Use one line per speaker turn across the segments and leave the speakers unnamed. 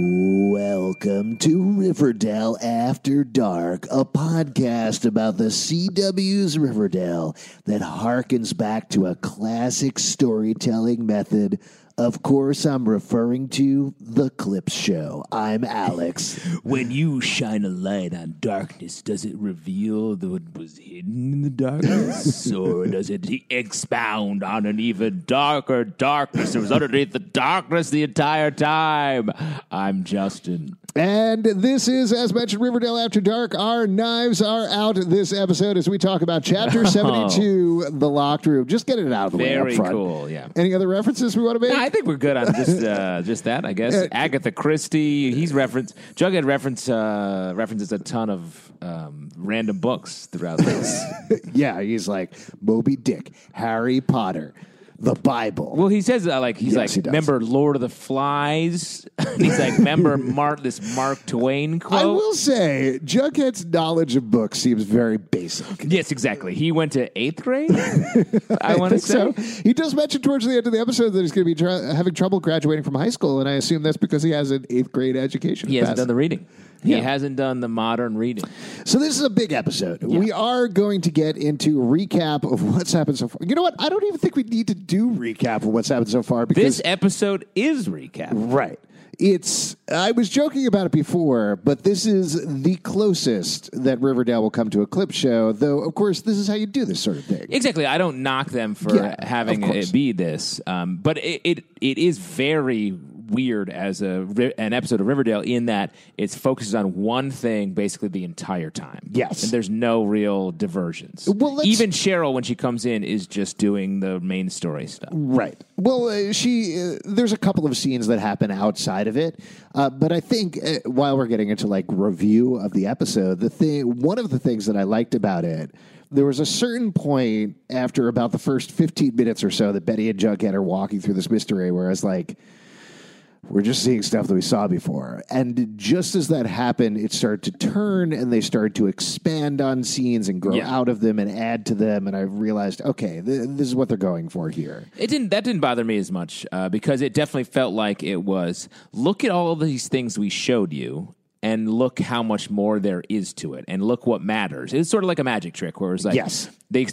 Welcome to Riverdale After Dark, a podcast about the CW's Riverdale that harkens back to a classic storytelling method. Of course, I'm referring to The Clips Show. I'm Alex.
When you shine a light on darkness, does it reveal the- what was hidden in the darkness? or does it expound on an even darker darkness that was underneath the darkness the entire time? I'm Justin.
And this is, as mentioned, Riverdale After Dark. Our knives are out this episode as we talk about Chapter 72, The Locked Room. Just getting it out of the way
Very
up front.
cool, yeah.
Any other references we want to make?
I think we're good on just uh, just that, I guess. Agatha Christie, he's referenced Jughead reference uh, references a ton of um, random books throughout this.
yeah, he's like Moby Dick, Harry Potter, the Bible.
Well, he says uh, like he's
Yes,
like
he does.
remember Lord of the Flies. and he's like remember Mark this Mark Twain quote.
I will say, Jughead's knowledge of books seems very basic.
Yes, exactly. He went to eighth grade. I, want to
think
say.
so. He does mention towards the end of the episode that he's going to be try- having trouble graduating from high school, and I assume that's because he has an eighth grade education.
He hasn't
Pass.
done the reading. He
Yeah.
hasn't done the modern reading.
So this is a big episode. We are going to get into recap of what's happened so far. You know what? I don't even think we need to do recap of what's happened so far because
This episode is recap.
Right. It's I was joking about it before, but this is the closest that Riverdale will come to a clip show, though of course this is how you do this sort of thing.
Exactly. I don't knock them for
Yeah,
having
of course.
it be this, um, but it, it it is very weird as a ri- an episode of Riverdale in that it focuses on one thing basically the entire time.
Yes.
and there's no real diversions.
Well, let's-
even Cheryl when she comes in is just doing the main story stuff.
Right. Well, uh, she uh, there's a couple of scenes that happen outside of it, uh, but I think uh, while we're getting into like review of the episode, the thing one of the things that I liked about it, there was a certain point after about the first 15 minutes or so that Betty and Jughead are walking through this mystery, where I was like. We're just seeing stuff that we saw before. And just as that happened, it started to turn and they started to expand on scenes and grow
Yeah.
out of them and add to them. And I realized, okay, th- this is what they're going for here.
It didn't. That didn't bother me as much uh, because it definitely felt like it was. Look at all of these things we showed you, and look how much more there is to it, and look what matters. It's sort of like a magic trick where it's like
Yes.
they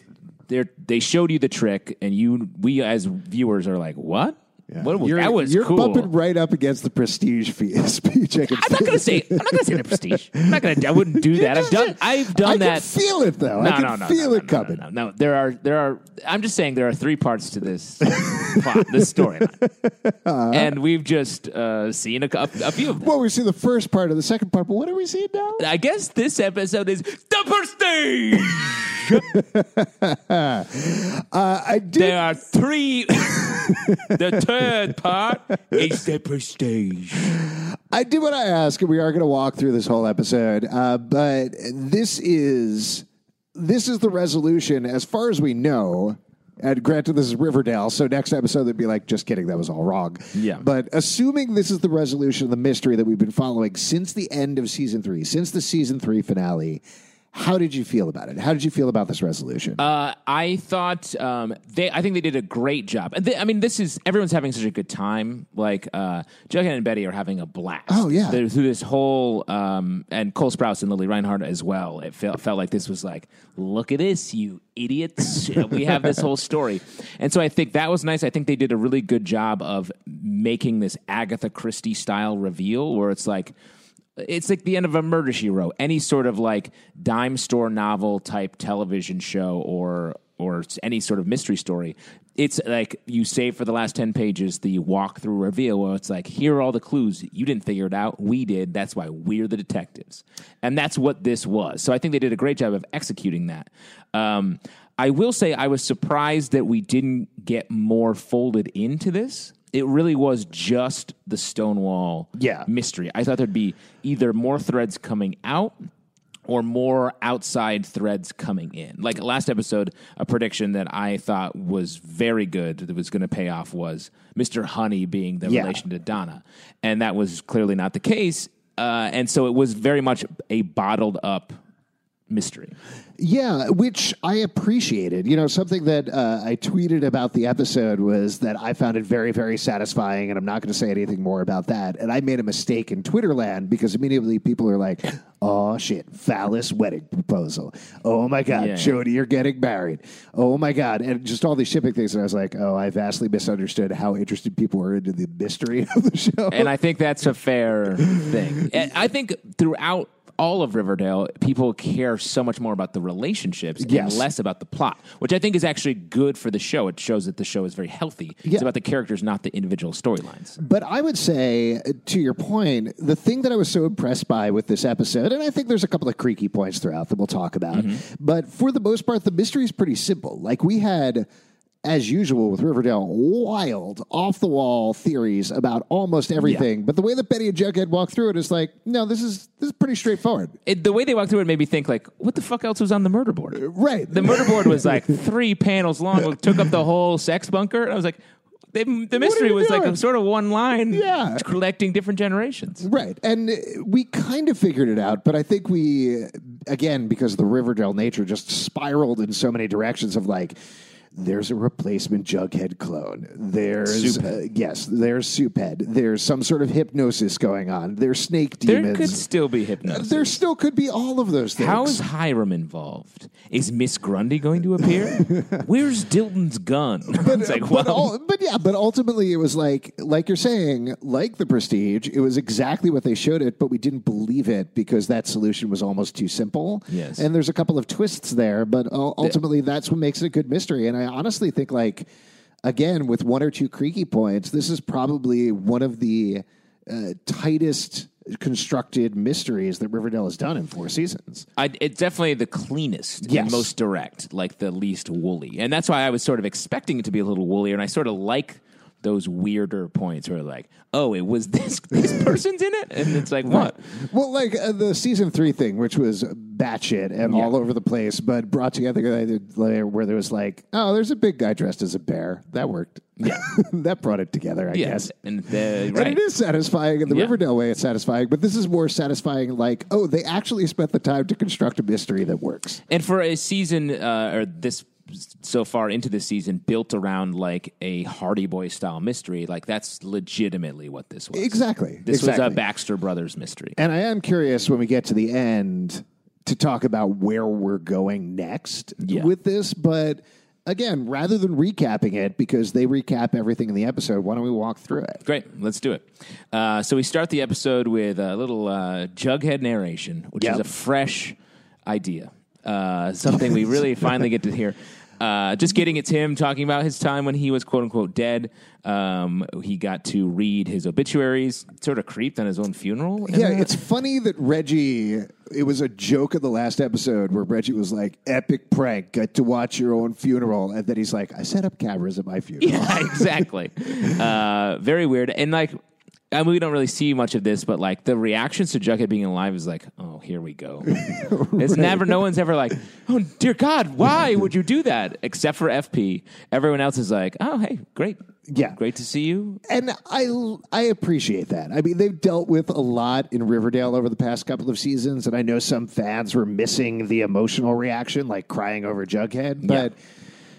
they they showed you the trick, and you we as viewers are like, what? What was, that was
you're
cool.
bumping right up against the prestige fee- speech. I can
I'm not
feel
gonna say I'm not gonna say the prestige. I'm not gonna. I wouldn't do that. I've done. I've done
I
that.
can feel it though. I
no,
can
no, no,
feel
no,
it
no,
coming.
No, no, no, there are there are. I'm just saying there are three parts to this plot, this storyline, and we've just uh, seen a, cou- a few of them.
Uh-huh. Well, we see the first part of the second part, but what are we seeing now?
I guess this episode is the prestige.
Uh, I did.
There are three. the third part is the prestige.
I did what I asked, and we are going to walk through this whole episode. Uh, but this is this is the resolution, as far as we know. And granted, this is Riverdale, so next episode they'd be like, "Just kidding, that was all wrong."
Yeah.
But assuming this is the resolution of the mystery that we've been following since the end of season three, since the season three finale, how did you feel about it? How did you feel about this resolution?
Uh, I thought um, they. I think they did a great job. And they, I mean, this is everyone's having such a good time. Like uh, Jughead and Betty are having a blast.
Oh, yeah.
They're through this whole um, and Cole Sprouse and Lily Reinhardt as well. It felt felt like this was like, look at this, you idiots. we have this whole story, and so I think that was nice. I think they did a really good job of making this Agatha Christie style reveal, where it's like it's like the end of a murder she wrote any sort of like dime store novel type television show or or any sort of mystery story it's like you save for the last 10 pages the walkthrough reveal where it's like here are all the clues you didn't figure it out we did that's why we're the detectives and that's what this was so i think they did a great job of executing that um, i will say i was surprised that we didn't get more folded into this it really was just the stonewall
Yeah.
mystery. I thought there'd be either more threads coming out or more outside threads coming in. Like last episode, a prediction that I thought was very good that was going to pay off was Mr. Honey being the
Yeah.
relation to Donna. And that was clearly not the case. Uh, and so it was very much a bottled up mystery.
Yeah, which I appreciated. You know, something that uh, I tweeted about the episode was that I found it very, very satisfying, and I'm not going to say anything more about that. And I made a mistake in Twitter land because immediately people are like, oh shit, phallus wedding proposal. Oh my God,
Yeah.
Jody, you're getting married. Oh my God. And just all these shipping things. And I was like, oh, I vastly misunderstood how interested people were into the mystery of the show.
and I think that's a fair thing. And I think throughout all of Riverdale, people care so much more about the relationships
Yes.
and less about the plot, which I think is actually good for the show. It shows that the show is very healthy.
Yeah.
It's about the characters, not the individual storylines.
But I would say, uh, to your point, the thing that I was so impressed by with this episode, and I think there's a couple of creaky points throughout that we'll talk about, but for the most part, the mystery is pretty simple. Like we had. As usual with Riverdale, wild, off the wall theories about almost everything. But the way that Betty and Jughead walk through it is like, no, this is this is pretty straightforward,
It, the way they walked through it made me think, like, what the fuck else was on the murder board?
Uh, right?
The murder board was like three panels long, it took up the whole sex bunker. And I was like, they, the mystery
you
was like
doing?
a sort of one line,
Yeah.
collecting different generations.
Right. And uh, we kind of figured it out, but I think we, uh, again, because of the Riverdale nature, just spiraled in so many directions of like, there's a replacement Jughead clone. There's, uh, yes, there's Suped. There's some sort of hypnosis going on. There's snake
There
demons.
could still be hypnosis.
there still could be all of those things.
How is Hiram involved? Is Miss Grundy going to appear? Where's Dilton's gun? it's like,
but,
well,
all, but yeah, but ultimately it was like, like you're saying, like the prestige, it was exactly what they showed it, but we didn't believe it because that solution was almost too simple.
Yes.
And there's a couple of twists there, but ul- ultimately that's what makes it a good mystery. And I honestly think, like, again, with one or two creaky points, this is probably one of the uh, tightest constructed mysteries that Riverdale has done in four seasons.
I, it's definitely the cleanest
Yes.
and most direct, like the least woolly. And that's why I was sort of expecting it to be a little woollier. And I sort of like those weirder points where, like, oh, it was this, this person's in it? And it's like, what?
Well, like uh, the season three thing, which was batshit and all over the place, but brought together later where there was like, oh, there's a big guy dressed as a bear. That worked. Yeah. that brought it together, I
Yes.
guess.
And, the,
And
right.
it is satisfying in the
Yeah.
Riverdale way. It's satisfying, but this is more satisfying. Like, oh, they actually spent the time to construct a mystery that works.
And for a season, uh, or this so far into the season, built around like a Hardy Boy style mystery, like that's legitimately what this was.
Exactly.
This was a
Exactly.
Baxter Brothers mystery.
And I am curious when we get to the end to talk about where we're going next
Yeah.
with this, but again, rather than recapping it, because they recap everything in the episode, why don't we walk through it?
Great, let's do it. Uh, so we start the episode with a little uh, Jughead narration, which is
Yep.
a fresh idea. Uh, something we really finally get to hear. Uh, just getting it's him talking about his time when he was quote unquote dead. Um, he got to read his obituaries, sort of creeped on his own funeral.
Yeah, it's funny that Reggie. It was a joke in the last episode where Reggie was like, "Epic prank, get to watch your own funeral," and then he's like, "I set up cameras at my funeral."
Yeah, exactly. uh, very weird. And like, I mean, we don't really see much of this, but like the reactions to Jughead being alive is like, oh, here we go. It's never, no one's ever like, oh, dear God, why would you do that? Except for FP. Everyone else is like, oh, hey, great.
Yeah.
Great to see you.
And I I appreciate that. I mean, they've dealt with a lot in Riverdale over the past couple of seasons, and I know some fans were missing the emotional reaction, like crying over Jughead, but.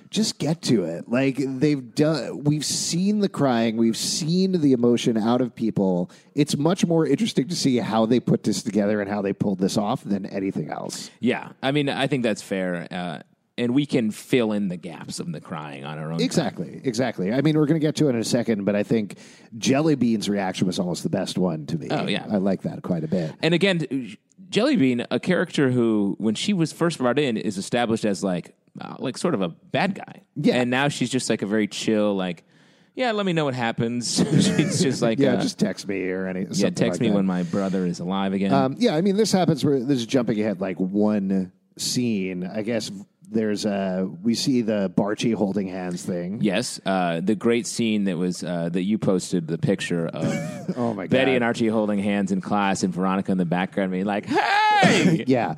Just get to it. Like they've done, we've seen the crying, we've seen the emotion out of people. It's much more interesting to see how they put this together and how they pulled this off than anything else.
Yeah. I mean, I think that's fair. Uh, and we can fill in the gaps of the crying on our own.
Exactly, exactly. I mean, we're going to get to it in a second, but I think Jelly Bean's reaction was almost the best one to me.
Oh, yeah.
I like that quite a bit.
And again, Jellybean, a character who, when she was first brought in, is established as like, uh, like sort of a bad guy.
Yeah.
And now she's just like a very chill, like, yeah, let me know what happens. she's just like,
Yeah,
uh,
just text me or any.
yeah, text me when my brother is alive again.
Um, yeah, I mean, this happens. Where this is jumping ahead like one scene. I guess there's uh we see the Barchi holding hands thing.
yes, uh, the great scene that was uh, that you posted the picture of
Oh my
Betty
God.
and Archie holding hands in class, and Veronica in the background being like, "Hey!"
Yeah,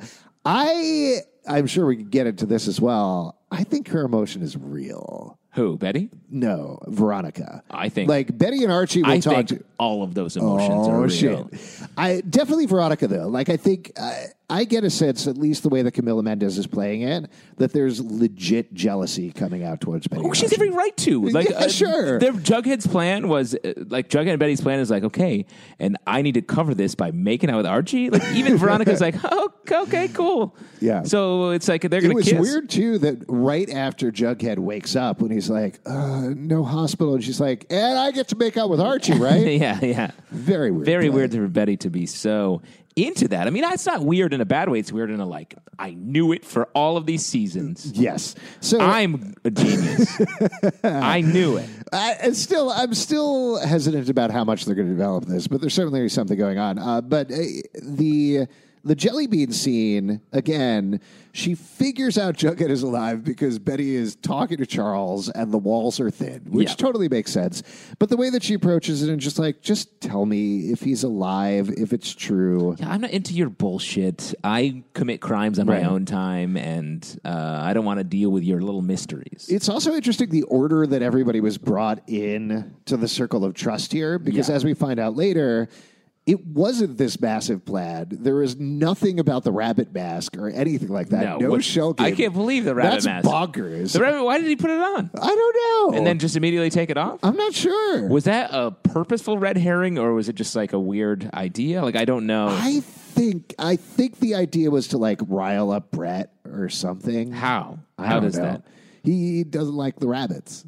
I I'm sure we could get into this as well. I think her emotion is real.
who Betty?
No, Veronica.
I think-
like Betty and Archie will
I
talk.
think
to,
all of those emotions are real.
Oh, shit! I definitely Veronica though. Like I think I, I get a sense, at least the way that Camila Mendez is playing it, that there's legit jealousy coming out towards Betty.
Well, she has
Archer.
every right to. Like, uh,
Yeah, sure.
Their Jughead's plan was uh, like Jughead and Betty's plan is like, okay, and I need to cover this by making out with Archie. Like even Veronica's like, oh, okay, cool.
Yeah.
So it's like they're
It
gonna
was
kiss.
weird too that right after Jughead wakes up, when he's like, uh, "No hospital," and she's like, "And I get to make out with Archie, right?"
yeah, yeah.
Very weird.
Very
play.
weird for Betty to be so into that. I mean, it's not weird in a bad way. It's weird in a like, I knew it for all of these seasons.
Yes. So
I'm a genius. I knew it.
I, and still, I'm still hesitant about how much they're going to develop this, but there's certainly something going on. Uh, but uh, the the jelly bean scene again, she figures out Jughead is alive because Betty is talking to Charles, and the walls are thin, which
Yeah.
totally makes sense. But the way that she approaches it and just like, just tell me if he's alive, if it's true.
Yeah, I'm not into your bullshit. I commit crimes on
Right.
my own time, and uh, I don't want to deal with your little mysteries.
It's also interesting the order that everybody was brought in to the circle of trust here, because
Yeah.
as we find out later, it wasn't this massive plan. There is nothing about the rabbit mask or anything like that. No,
what-
shell game.
I can't believe the rabbit
That's
mask.
bonkers.
The rabbit. Why did he put it on?
I don't know.
And then just immediately take it off.
I'm not sure.
Was that a purposeful red herring, or was it just like a weird idea? Like I don't know
I think I think the idea was to like rile up Brett or something.
how.
I
how
don't
does
know.
that?
He doesn't like the rabbits.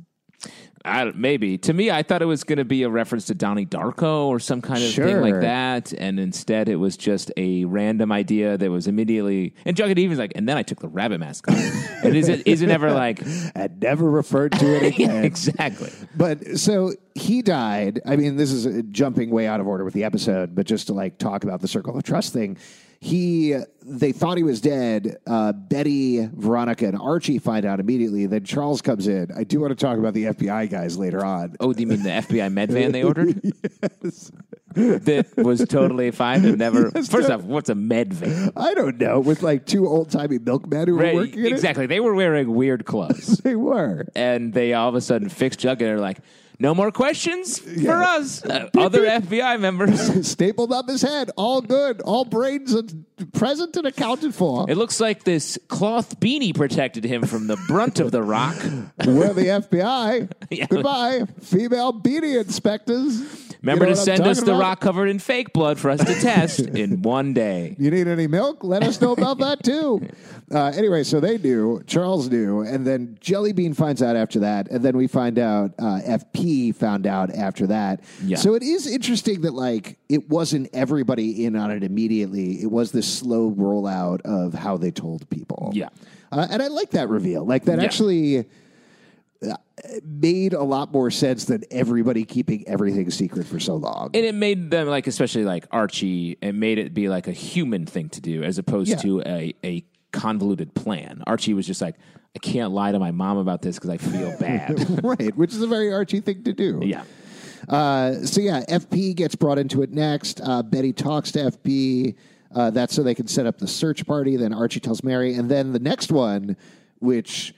I, don't- maybe to me, I thought it was going to be a reference to Donnie Darko or some kind of
Sure.
thing like that, and instead it was just a random idea that was immediately. And Jughead even was like, and then I took the rabbit mask off. and is it is it ever like
And never referred to it
Yeah,
again.
exactly.
But so he died. I mean, this is uh, jumping way out of order with the episode, but just to like talk about the circle of trust thing, he they thought he was dead. Uh, Betty, Veronica, and Archie find out immediately. Then Charles comes in. I do want to talk about the FBI guys later on.
Oh, do you mean the FBI med van they ordered? That was totally fine and never. First off, what's a med van?
I don't know with like two old timey milkmen who
Right,
were working in
exactly. They were wearing weird clothes,
it. They were.
and they all of a sudden fixed Jughead and are like, "No more questions for us, uh, other FBI members."
Stapled up his head, all good, all brains and present and accounted for.
It looks like this cloth beanie protected him from the brunt of the rock.
We're the FBI.
Yeah.
Goodbye, female beanie inspectors.
Remember
know
to
what I'm
send us
talking
the
about?
rock covered in fake blood for us to test in one day.
You need any milk? Let us know about that too. Uh, anyway, so they do. Charles knew, and then Jellybean finds out after that, and then we find out uh, FP found out after that.
Yeah.
So it is interesting that like it wasn't everybody in on it immediately. It was this slow rollout of how they told people.
Yeah.
uh, and I like that reveal. Like that
Yeah.
actually. uh, Made a lot more sense than everybody keeping everything secret for so long.
And it made them like, especially like Archie, it made it be like a human thing to do as opposed
Yeah.
to a, a convoluted plan. Archie was just like, I can't lie to my mom about this because I feel bad.
right, which is a very Archie thing to do.
yeah.
Uh, so yeah, FP gets brought into it next. Uh, Betty talks to FP. Uh, that's so they can set up the search party. Then Archie tells Mary, and then the next one, which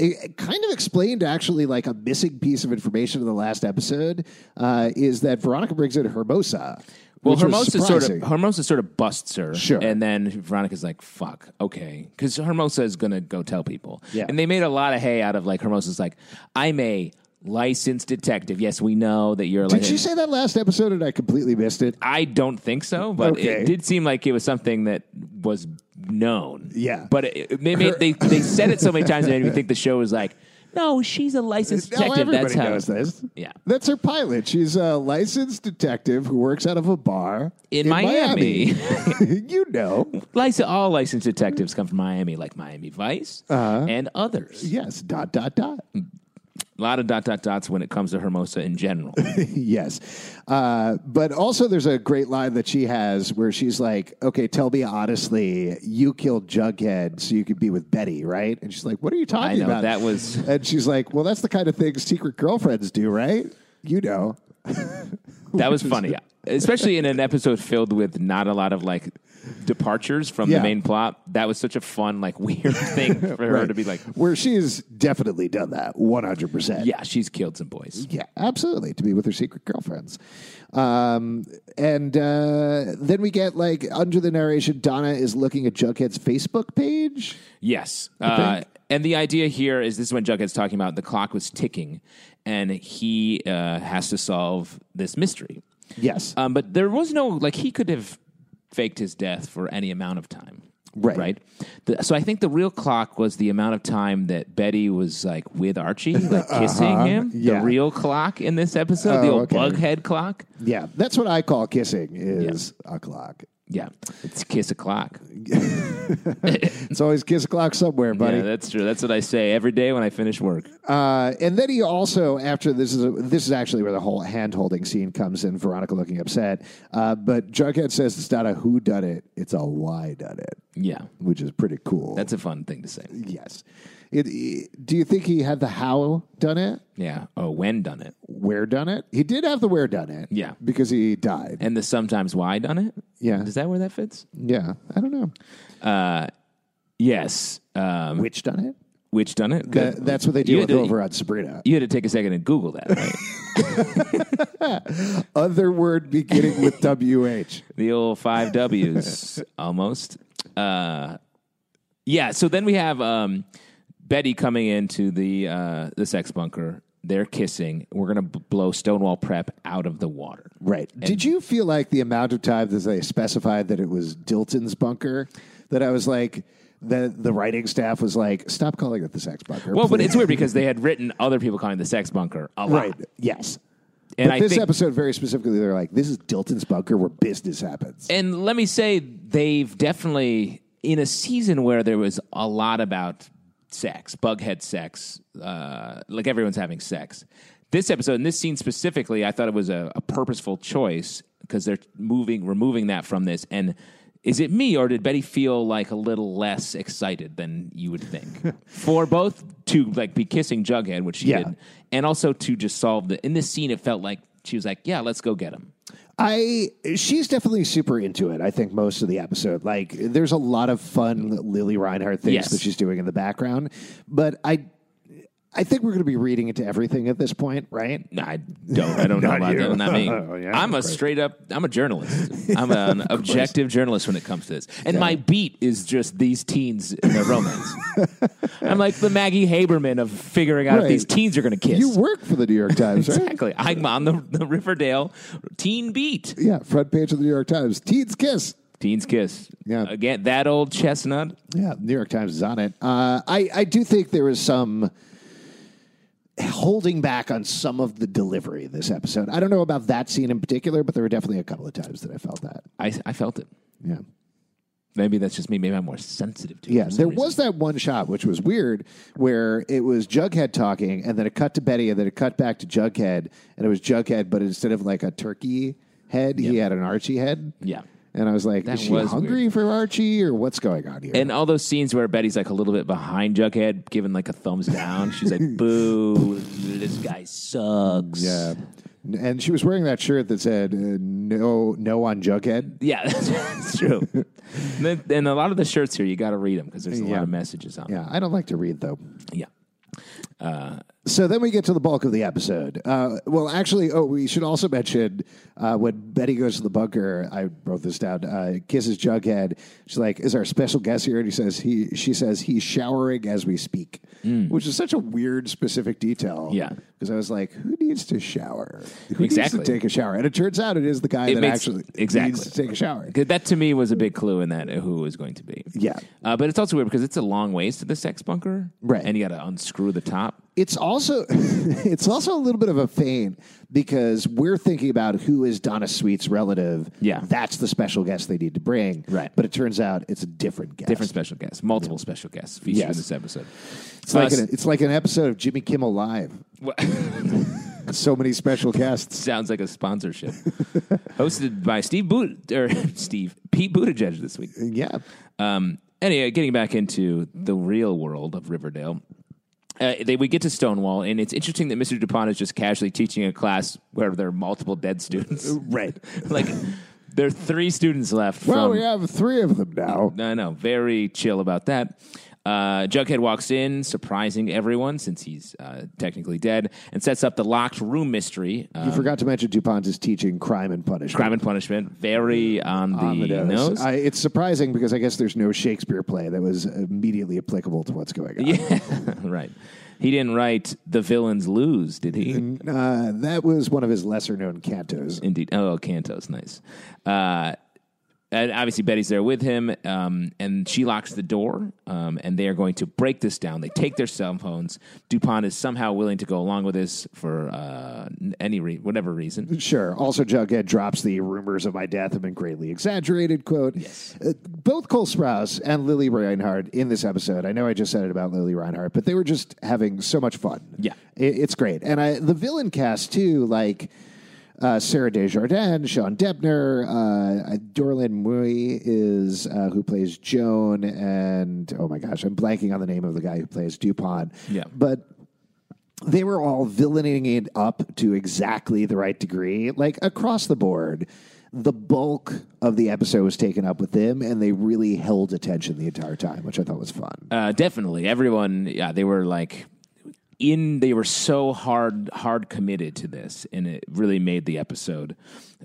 it it kind of explained actually like a missing piece of information in the last episode, uh, is that Veronica brings in Hermosa.
Well,
which was
Hermosa sort of
surprising.
Hermosa sort of busts her,
Sure.
and then Veronica's like, "Fuck, okay," because Hermosa is gonna go tell people.
Yeah.
And they made a lot of hay out of like Hermosa's like, "I'm a licensed detective. Yes, we know that you're like."
Did she say that last episode, and I completely missed it?
I don't think so, but
Okay.
it did seem like it was something that was known.
Yeah.
but it, it made, they they said it so many times it made me think the show was like, "No, she's a licensed
Now
detective. That's
everybody
how."
knows this.
Yeah.
that's her pilot. She's a licensed detective who works out of a bar
In Miami.
Miami. you know,
Lic- all licensed detectives come from Miami, like Miami Vice
Uh-huh.
and others.
yes. Dot dot dot.
A lot of dot dot dots when it comes to Hermosa in general.
yes. Uh, but also, there's a great line that she has where she's like, okay, tell me honestly, you killed Jughead so you could be with Betty, right? And she's like, what are you
I
talking
know,
about?
that was-
And she's like, well, that's the kind of thing secret girlfriends do, right? You know.
That was funny, especially in an episode filled with not a lot of like departures from
Yeah.
the main plot. That was such a fun, like weird thing for her
Right.
to be like,
Where she has definitely done that 100%.
"Yeah, she's killed some boys."
Yeah, absolutely. To be with her secret girlfriends. Um, and uh, then we get like under the narration, Donna is looking at Jughead's Facebook page.
Yes, uh, and the idea here is this is when Jughead's talking about the clock was ticking, and he uh, has to solve this mystery.
Yes.
Um, but there was no like he could have faked his death for any amount of time.
Right.
Right. The, so I think the real clock was the amount of time that Betty was like with Archie, like kissing him.
Uh-huh. yeah.
The real clock in this episode, the
Oh,
old
okay.
bug head clock.
Yeah, that's what I call kissing is a clock.
Yeah. It's kiss o'clock.
It's always kiss a clock somewhere, buddy.
Yeah, that's true. That's what I say every day when I finish work.
Uh, and then he also, after this is this is actually where the whole hand holding scene comes in. Veronica looking upset, uh, but Jughead says it's not a who done it, it's a why done it,
Yeah.
which is pretty cool.
That's a fun thing to say.
yes. It, it- do you think he had the how done it,
Yeah. Oh, when done it.
where done it? He did have the where done it,
Yeah.
because he died.
And the sometimes why done it.
Yeah.
Is that where that fits?
yeah, I don't know
Yes. Um,
which done it.
which done it?
That-
Good.
that's what they do
You
with
had to-
over on Sabrina.
You had to take a second and Google that, right?
Other word beginning with wh.
the old five W's almost. Uh, yeah. So then we have um, Betty coming into the uh, the sex bunker. They're kissing. We're gonna b- blow Stonewall Prep out of the water.
Right. Did you feel like the amount of time that they specified that it was Dilton's bunker, that I was like, the, the writing staff was like, stop calling it the sex bunker.
Well, but
please."
it's weird because they had written other people calling it the sex bunker a lot.
Right. Yes.
And
but
I
this
think-
episode, very specifically, they're like, this is Dilton's bunker where business happens.
And let me say, they've definitely in a season where there was a lot about sex, bughead sex, uh, like everyone's having sex. This episode and this scene specifically, I thought it was a, a purposeful choice because they're moving, removing that from this. And is it me or did Betty feel like a little less excited than you would think for both to like be kissing Jughead, which she
Yeah.
did, and also to just solve the. In this scene, it felt like she was like, "Yeah, let's go get him."
I she's definitely super into it. I think most of the episode, like, there's a lot of fun Lily Reinhardt things
Yes.
that she's doing in the background, but I. I think we're going to be reading into everything at this point, right?
I don't. I don't know
Not
about
you.
that. Not me.
Oh, yeah,
I'm a
great.
straight up. I'm a journalist. I'm an objective journalist when it comes to this. And my beat is just these teens and their romance. I'm like the Maggie Haberman of figuring out if
Right.
these teens are going to kiss.
You work for the New York Times, right?
exactly. I'm on the, the Riverdale teen beat.
Yeah, front page of the New York Times. Teens kiss.
Teens kiss.
Yeah.
Again, that old chestnut.
Yeah, New York Times is on it. Uh, I I do think there was some holding back on some of the delivery this episode. I don't know about that scene in particular, but there were definitely a couple of times that I felt that.
I I felt it.
Yeah.
Maybe that's just me. Maybe I'm more sensitive to. it
Yeah,
for some
there
reason.
was that one shot which was weird, where it was Jughead talking, and then it cut to Betty, and then it cut back to Jughead, and it was Jughead, but instead of like a turkey head, he had an Archie head.
Yeah.
and I was like,
That
is she
was
hungry for Archie, or what's going on here?
And all those scenes where Betty's like a little bit behind Jughead, giving like a thumbs down. She's like, "Boo, this guy sucks."
yeah, and she was wearing that shirt that said uh, "No, no on Jughead."
yeah, that's, that's true. and, then- and a lot of the shirts here, you got to read them because there's a
Yeah.
lot of messages on. them.
Yeah, I don't like to read though.
Yeah,
So then we get to the bulk of the episode. Uh, well, actually, oh, we should also mention uh, when Betty goes to the bunker. I wrote this down. Uh, kisses Jughead. She's like, "Is our special guest here?" And he says, "He." She says, "He's showering as we speak," which is such a weird, specific detail.
Mm. Yeah.
because I was like, "Who needs to shower? Who
Exactly.
needs to take a shower?" And it turns out it is the guy
It
that
makes-
actually
exactly.
needs to take a shower.
'Cause that to me was a big clue in that uh, who it was going to be.
Yeah.
uh, but it's also weird because it's a long ways to the sex bunker,
Right.
And you got to unscrew the top.
it's also it's also a little bit of a feint because we're thinking about who is Donna Sweet's relative.
Yeah.
that's the special guest they need to bring.
Right.
but it turns out it's a different guest.
Different special guests, multiple special guests featured in
Yes.
this episode.
It's like
Uh,
an, it's like an episode of Jimmy Kimmel Live. so many special guests.
Sounds like a sponsorship. Hosted by Steve Boot or Steve Pete Buttigieg this week.
Yeah,
Um, anyway, getting back into the real world of Riverdale, uh, they, we get to Stonewall, and it's interesting that Mr. Dupont is just casually teaching a class where there are multiple dead students.
right.
like there are three students left.
Well,
from,
we have three of them now.
I know. Very chill about that. Uh, Jughead walks in, surprising everyone since he's uh, technically dead, and sets up the locked room mystery.
You
Uh,
forgot to mention DuPont is teaching crime and punishment.
crime and punishment, very on the,
On the nose.
nose.
I, it's surprising because I guess there's no Shakespeare play that was immediately applicable to what's going on.
yeah, right. He didn't write the villains lose, did he?
Uh, that was one of his lesser known cantos.
Indeed. Oh, Canto's nice. Uh, and obviously, Betty's there with him, um, and she locks the door, um, and they are going to break this down. They take their cell phones. DuPont is somehow willing to go along with this for uh, n- any re- whatever reason.
Sure. Also, Jughead drops the rumors of my death have been greatly exaggerated quote. Yes. Uh, both Cole Sprouse and Lily Reinhardt in this episode, I know I just said it about Lily Reinhardt, but they were just having so much fun.
Yeah.
It, it's great. And I, the villain cast, too, like uh, Sarah Desjardins, Sean Debner, uh, Dorlin Mui is uh, who plays Joan, and oh my gosh, I'm blanking on the name of the guy who plays DuPont.
Yeah.
But they were all villaining it up to exactly the right degree, like across the board. The bulk of the episode was taken up with them, and they really held attention the entire time, which I thought was fun.
Uh, definitely, everyone. Yeah, they were like in. They were so hard, hard committed to this, and it really made the episode.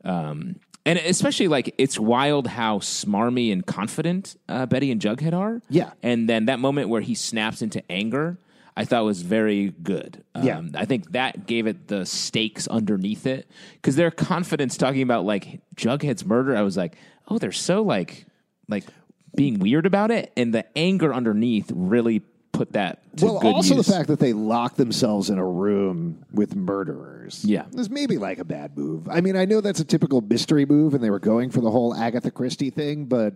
Um, and especially like it's wild how smarmy and confident uh, Betty and Jughead are.
Yeah.
and then that moment where he snaps into anger, I thought was very good. Um,
Yeah.
I think that gave it the stakes underneath it because their confidence talking about like Jughead's murder. I was like, oh, they're so like like being weird about it, and the anger underneath really put that. To
well,
good
also
use.
the fact that they locked themselves in a room with murderers.
Yeah.
This may be like a bad move. I mean, I know that's a typical mystery move, and they were going for the whole Agatha Christie thing, but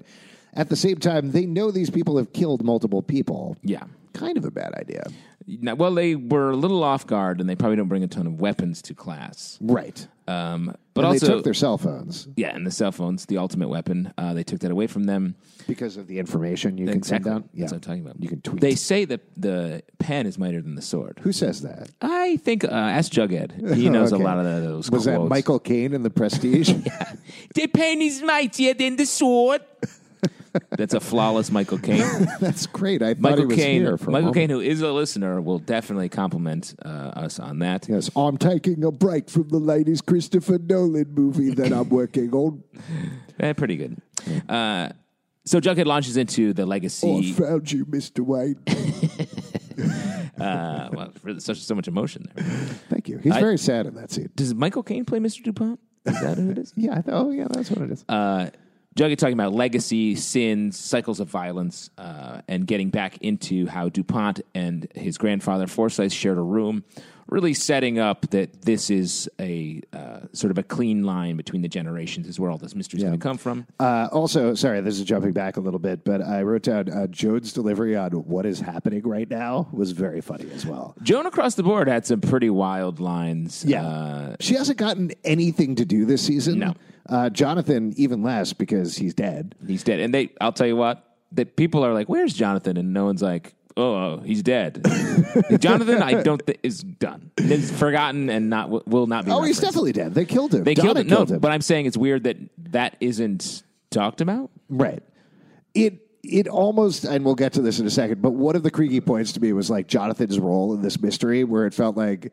at the same time, they know these people have killed multiple people.
yeah.
Kind of a bad idea.
Now, well, they were a little off guard, and they probably don't bring a ton of weapons to class.
Right.
Um, but
and
also,
they took their cell phones
yeah, and the cell phones, the ultimate weapon. Uh, they took that away from them.
because of the information you
Exactly.
can send down.
That's what I'm talking about.
You can tweet.
They say that the pen is mightier than the sword.
Who says that?
I think uh, ask Jughead. He knows
Okay.
a lot of those.
Was that
quotes.
Michael Caine in The Prestige?
The pen is mightier than the sword. That's a flawless Michael Caine.
That's great. I thought he
Michael
was
Caine,
here for a
Michael
moment.
Caine, who is a listener, will definitely compliment uh, us on that.
Yes, I'm taking a break from the latest Christopher Nolan movie that I'm working on.
Eh, pretty good. Uh, so Jughead launches into the
Oh, I
legacy.
found you, Mr. Wayne.
Uh, well, really, such so much emotion there.
Thank you. He's very sad in that scene.
Does Michael Caine play Mr. Dupont? Is that who it is?
Yeah. I th- oh, yeah. That's what it is.
uh, Jughead talking about legacy, sins, cycles of violence, uh, and getting back into how DuPont and his grandfather Forsyth shared a room, really setting up that this is a uh, sort of a clean line between the generations, is where all this mystery's going to come from.
Uh, also, sorry, this is jumping back a little bit, but I wrote down uh, Joan's delivery on what is happening right now was very funny as well.
Joan across the board had some pretty wild lines.
Yeah.
Uh,
she hasn't gotten anything to do this season.
No.
Uh, Jonathan, even less because he's dead.
he's dead. And they, I'll tell you what, that people are like, "Where's Jonathan?" And no one's like, "Oh, he's dead." Jonathan, I don't think is done. Is forgotten and not will not be.
Oh, he's
referenced.
definitely dead. They killed him.
They
Donna
killed him. No,
him.
but I'm saying it's weird that that isn't talked about.
Right. It it almost and we'll get to this in a second, but one of the creaky points to me was like Jonathan's role in this mystery where it felt like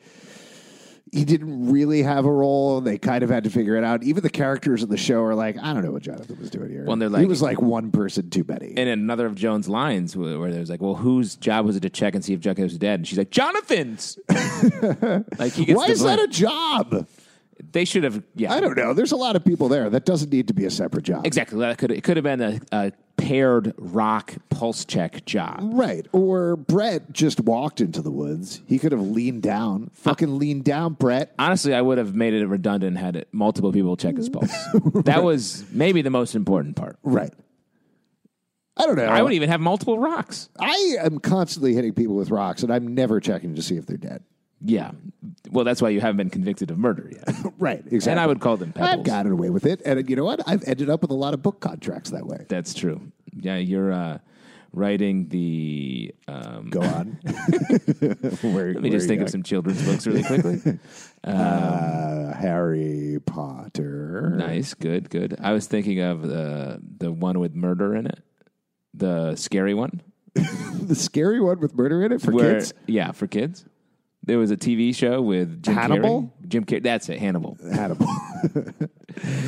he didn't really have a role and they kind of had to figure it out. Even the characters in the show are like, I don't know what Jonathan was doing here.
Well, and they're
he
like-
was like one person too many.
And in another of Joan's lines, where, where there's like, "Well, whose job was it to check and see if Jughead was dead?" And she's like, "Jonathan's." like he gets.
Why
the
is that a
blame.
job?
They should have. Yeah,
I don't know. There's a lot of people there. That doesn't need to be a separate job.
exactly. That could it could have been a, a paired rock pulse check job.
Right. Or Brett just walked into the woods. He could have leaned down. Fucking leaned down, Brett.
Honestly, I would have made it redundant had it, multiple people check his pulse. That was maybe the most important part.
Right. I don't know.
I would even have multiple rocks.
I am constantly hitting people with rocks, and I'm never checking to see if they're dead.
Yeah. Well, that's why you haven't been convicted of murder yet.
Right, exactly.
and I would call them pebbles.
I've gotten away with it, and you know what? I've ended up with a lot of book contracts that way.
That's true. Yeah, you're uh, writing the. Um,
Go on.
let me just think of some um, children's books really quickly.
Uh, Harry Potter.
nice, good, good. I was thinking of the the one with murder in it, the scary one.
The scary one with murder in it for
Where,
kids.
Yeah, for kids. There was a TV show with Jim
Hannibal?
Carrey. Jim Carrey. That's it. Hannibal.
Hannibal.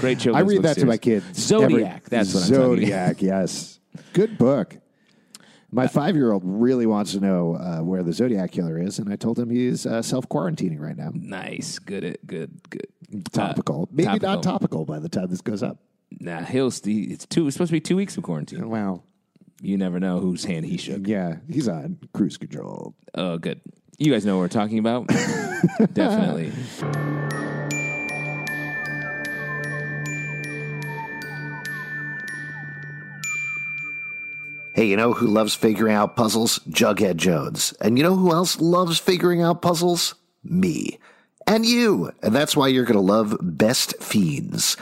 Great
I
children's.
read
book
that to my
series.
kids.
Zodiac.
every-
that's what I'm talking about. Uh,
Zodiac. yes, good book. My five year old really wants to know uh, where the Zodiac killer is, and I told him he's uh, self quarantining right now.
Nice. Good. Good. Good.
topical. Maybe not topical by the time this goes up.
Nah, he'll. st- It's two. It's supposed to be two weeks of quarantine.
Wow.
You never know whose hand he shook.
Yeah, he's on cruise control.
Oh, good. You guys know what we're talking about. Definitely.
Hey, you know who loves figuring out puzzles? Jughead Jones. And you know who else loves figuring out puzzles? Me. And you. And that's why you're going to love Best Fiends.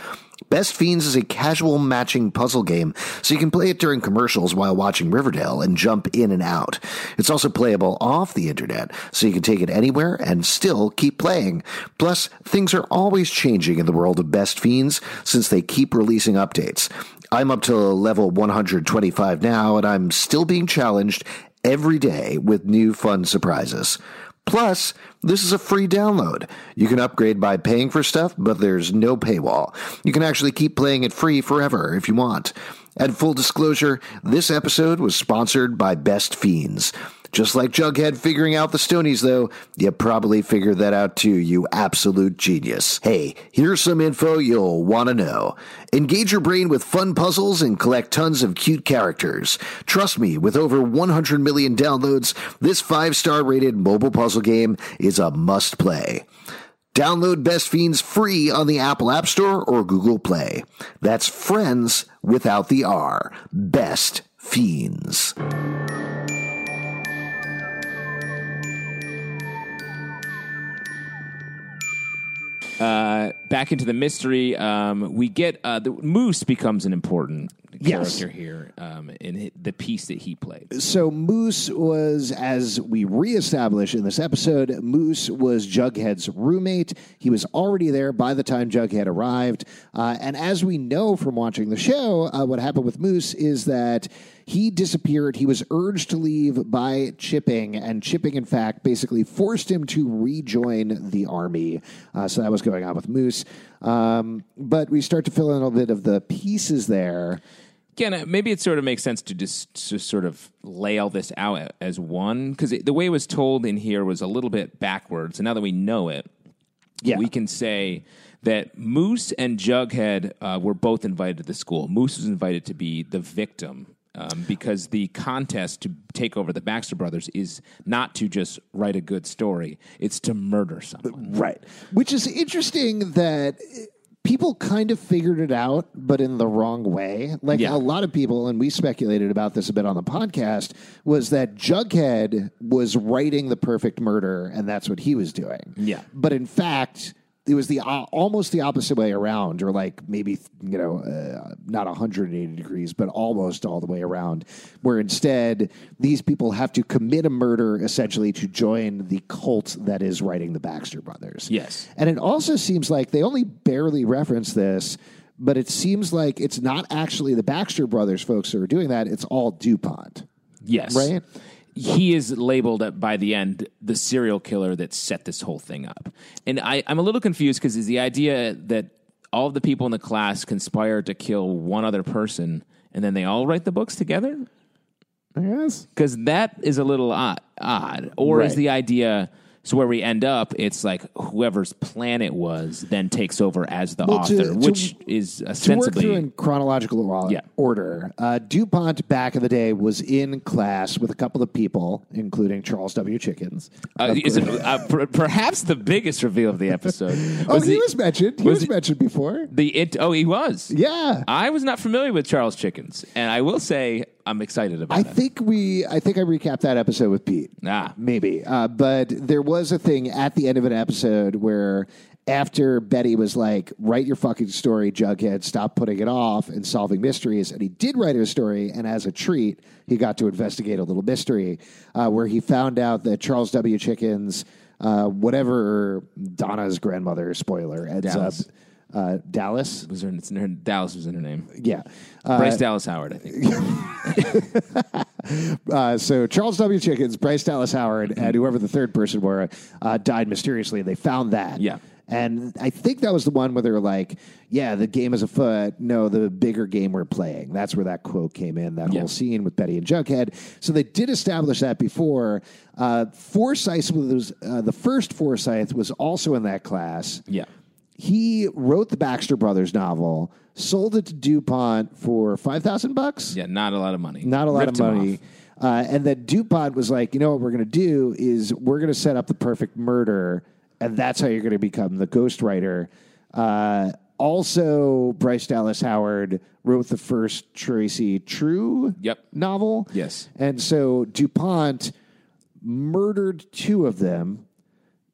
Best Fiends is a casual matching puzzle game, so you can play it during commercials while watching Riverdale and jump in and out. It's also playable off the internet, so you can take it anywhere and still keep playing. Plus, things are always changing in the world of Best Fiends since they keep releasing updates. I'm up to level 125 now, and I'm still being challenged every day with new fun surprises. Plus, this is a free download. You can upgrade by paying for stuff, but there's no paywall. You can actually keep playing it free forever if you want. And full disclosure, this episode was sponsored by Best Fiends. Just like Jughead figuring out the Stonies, though, you probably figured that out too, you absolute genius. Hey, here's some info you'll want to know. Engage your brain with fun puzzles and collect tons of cute characters. Trust me, with over 100 million downloads, this five star rated mobile puzzle game is a must play. Download Best Fiends free on the Apple App Store or Google Play. That's friends without the R. Best Fiends.
uh, back into the mystery, um, we get uh, the Moose becomes an important
Yes.
character here um, in hi- the piece that he played.
So Moose was, as we reestablish in this episode, Moose was Jughead's roommate. He was already there by the time Jughead arrived. Uh, and as we know from watching the show, uh, what happened with Moose is that he disappeared. He was urged to leave by Chipping, and Chipping, in fact, basically forced him to rejoin the army. Uh, so that was going on with Moose. Um, but we start to fill in a little bit of the pieces there.
Again, uh, maybe it sort of makes sense to just to sort of lay all this out as one because the way it was told in here was a little bit backwards, and now that we know it,
Yeah.
we can say that Moose and Jughead uh, were both invited to the school. Moose was invited to be the victim um, because the contest to take over the Baxter Brothers is not to just write a good story; it's to murder someone.
Right. Which is interesting that eh, people kind of figured it out, but in the wrong way. Like
Yeah.
a lot of people, and we speculated about this a bit on the podcast, was that Jughead was writing the perfect murder, and that's what he was doing.
Yeah.
But in fact, it was the uh, almost the opposite way around, or like maybe you know, uh, not 180 degrees, but almost all the way around. Where instead, these people have to commit a murder essentially to join the cult that is writing the Baxter Brothers.
Yes.
And it also seems like they only barely reference this, but it seems like it's not actually the Baxter Brothers folks who are doing that. It's all DuPont.
Yes,
Right.
He is labeled at, by the end the serial killer that set this whole thing up, and I, I'm a little confused because is the idea that all of the people in the class conspire to kill one other person and then they all write the books together?
Yes.
because that is a little odd. odd. Or is
Right.
the idea so where we end up? It's like whoever's plan it was then takes over as the
Well, to-
author,
to-
which is
to work
ostensibly
through in chronological or-
Yeah.
order, uh, DuPont back in the day was in class with a couple of people, including Charles W. Chickens.
uh, is it, uh, per- perhaps the biggest reveal of the episode.
Oh, he
the,
was mentioned. He
was
was,
it-
mentioned before.
the int- oh he was
Yeah.
I was not familiar with Charles Chickens, and I will say I'm excited about
I
it.
think we, I think I recapped that episode with Pete.
Ah.
maybe. Uh, but there was a thing at the end of an episode where after Betty was like, "Write your fucking story, Jughead. Stop putting it off and solving mysteries." And he did write a story, and as a treat, he got to investigate a little mystery uh, where he found out that Charles W. Chickens, uh, whatever Donna's grandmother, spoiler, ends
Dallas.
up uh, Dallas.
was her, it's her- Dallas was in her name.
Yeah. Uh,
Bryce Dallas Howard, I think.
Uh, so Charles W. Chickens, Bryce Dallas Howard,
Mm-hmm.
and whoever the third person were uh, died mysteriously. They found that.
Yeah.
And I think that was the one where they were like, yeah, the game is afoot. No, the bigger game we're playing. That's where that quote came in, that
Yeah.
whole scene with Betty and Jughead. So they did establish that before. Uh, Forsyth was, uh, the first Forsyth was also in that class
Yeah.
he wrote the Baxter Brothers novel, sold it to DuPont for five thousand bucks.
Yeah, not a lot of money.
Not a lot
Ripped
of
him
money.
off.
Uh, and then DuPont was like, you know what we're going to do is we're going to set up the perfect murder, and that's how you're going to become the ghostwriter. Uh, also, Bryce Dallas Howard wrote the first Tracy True
Yep.
novel.
Yes.
And so DuPont murdered two of them.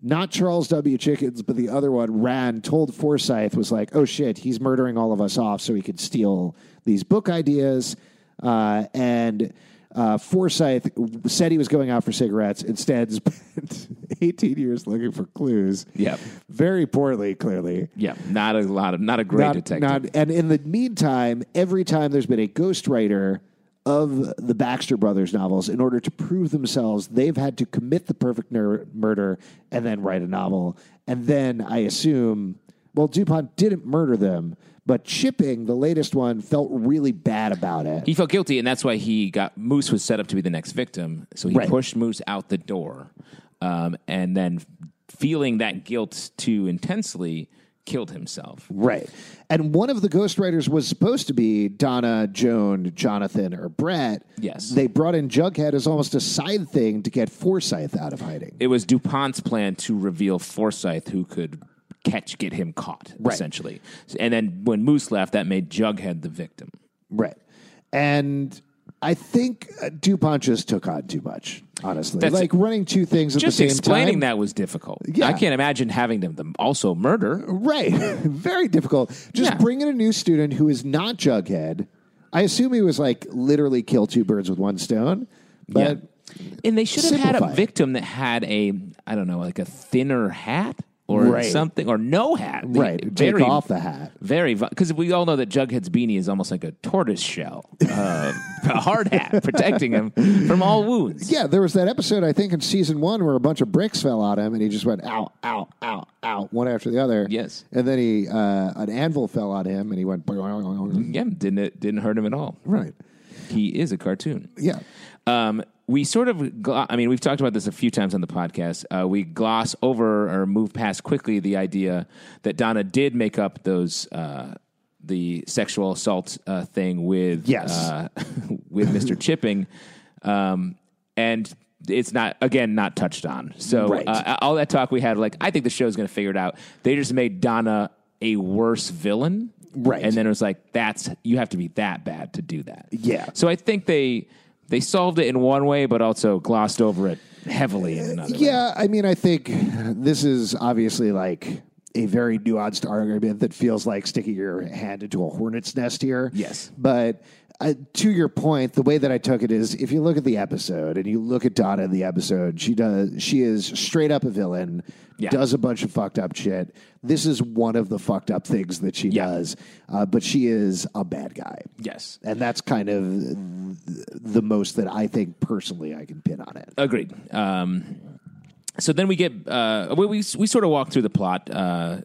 Not Charles W. Chickens, but the other one, Rand, told Forsyth, was like, oh shit, he's murdering all of us off so he could steal these book ideas. Uh, and uh, Forsyth said he was going out for cigarettes, instead, spent 18 years looking for clues.
Yep.
Very poorly, clearly.
Yeah, not a lot of not a great detective.
and in the meantime, every time there's been a ghostwriter of the Baxter Brothers novels, in order to prove themselves, they've had to commit the perfect ner- murder and then write a novel. And then I assume, well, DuPont didn't murder them, but Chipping, the latest one, felt really bad about it.
He felt guilty, and that's why he got Moose was set up to be the next victim. So he
Right.
pushed Moose out the door, um, and then feeling that guilt too intensely, killed himself.
Right. And one of the ghostwriters was supposed to be Donna, Joan, Jonathan, or Brett.
Yes.
They brought in Jughead as almost a side thing to get Forsyth out of hiding.
It was Dupont's plan to reveal Forsyth, who could catch get him caught essentially. And then when Moose left, that made Jughead the victim.
Right. And I think uh, DuPont just took on too much, honestly.
That's-
like running two things at
Just
the same
explaining
time.
that was difficult.
Yeah.
I can't imagine having them, them also murder.
Right. Very difficult. Just
Yeah.
bring in a new student who is not Jughead. I assume he was like literally kill two birds with one stone. But
And they should have had
Simplify
a
it.
victim that had a I don't know, like a thinner hat or
Right.
something or no hat. They-
right, take
very-
off the hat.
Very, because we all know that Jughead's beanie is almost like a tortoise shell, uh, a hard hat protecting him from all wounds.
Yeah, there was that episode I think in season one where a bunch of bricks fell on him and he just went ow, ow, ow, ow, one after the other.
Yes.
and then he uh, an anvil fell on him and he went
Yeah, didn't it didn't hurt him at all.
right.
He is a cartoon.
Yeah,
Um, we sort of, gl- I mean, we've talked about this a few times on the podcast. Uh, we gloss over or move past quickly the idea that Donna did make up those uh, the sexual assault uh, thing with
Yes.
uh, with Mr. Chipping, um, and it's not again not touched on. So
Right.
uh, all that talk we had, like, I think the show's going to figure it out. They just made Donna a worse villain,
Right.
And then it was like, that's you have to be that bad to do that.
Yeah.
So I think they they solved it in one way, but also glossed over it heavily in another. way.
yeah. I mean, I think this is obviously like a very nuanced argument that feels like sticking your hand into a hornet's nest here.
Yes.
but. Uh, to your point, the way that I took it is, if you look at the episode and you look at Donna in the episode, she does she is straight up a villain,
Yeah.
does a bunch of fucked up shit. This is one of the fucked up things that she
Yeah.
does, uh, but she is a bad guy.
Yes.
And that's kind of th- the most that I think personally I can pin on it.
Agreed. Um, so then we get uh, we, we we sort of walk through the plot uh,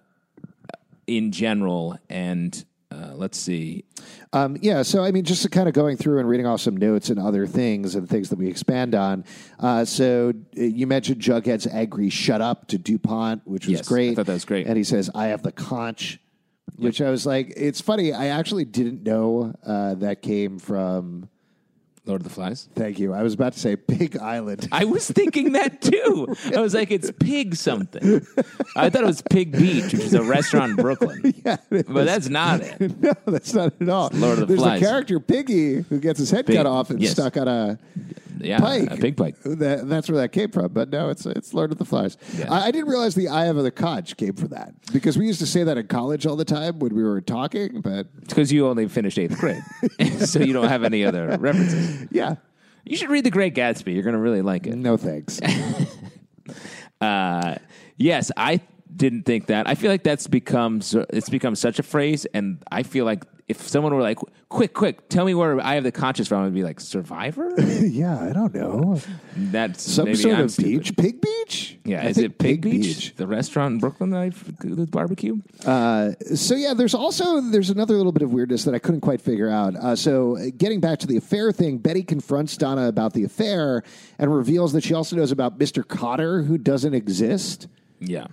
in general, and uh, let's see.
Um, yeah, so I mean, just kind of going through and reading off some notes and other things and things that we expand on. Uh, so uh, you mentioned Jughead's angry shut up to DuPont, which was
Yes, I
great.
thought that was great.
And he says, I have the conch, which I was like, it's funny. I actually didn't know uh, that came from,
Lord of the Flies.
thank you. I was about to say Pig Island.
I was thinking that too. I was like, it's pig something. I thought it was Pig Beach, which is a restaurant in Brooklyn. but that's not it.
no, that's not at all.
Lord of the
There's
Flies.
the character Piggy who gets his head
Pig,
cut off and
yes.
stuck on a
Yeah,
pike.
Uh, a pig pike.
That, that's where that came from. But no, it's it's Lord of the Flies.
Yeah.
I, I didn't realize the Eye of the Conch came from that because we used to say that in college all the time when we were talking. But
because you only finished eighth grade, so you don't have any other references.
yeah,
You should read The Great Gatsby. You're going to really like it.
no thanks.
Uh, yes, I didn't think that. I feel like that's become so- it's become such a phrase, and I feel like if someone were like, "Quick, quick, tell me where I have the conscience from," I'd be like, "Survivor."
yeah, I don't know.
That's
Some
maybe
sort
I'm
of
stupid.
beach, Pig Beach.
Yeah,
I
is
think
it Pig, Beach, the restaurant in Brooklyn that I with barbecue?
so yeah, there's also there's another little bit of weirdness that I couldn't quite figure out. Uh, so uh, getting back to the affair thing, Betty confronts Donna about the affair and reveals that she also knows about Mr. Cotter, who doesn't exist.
Yeah,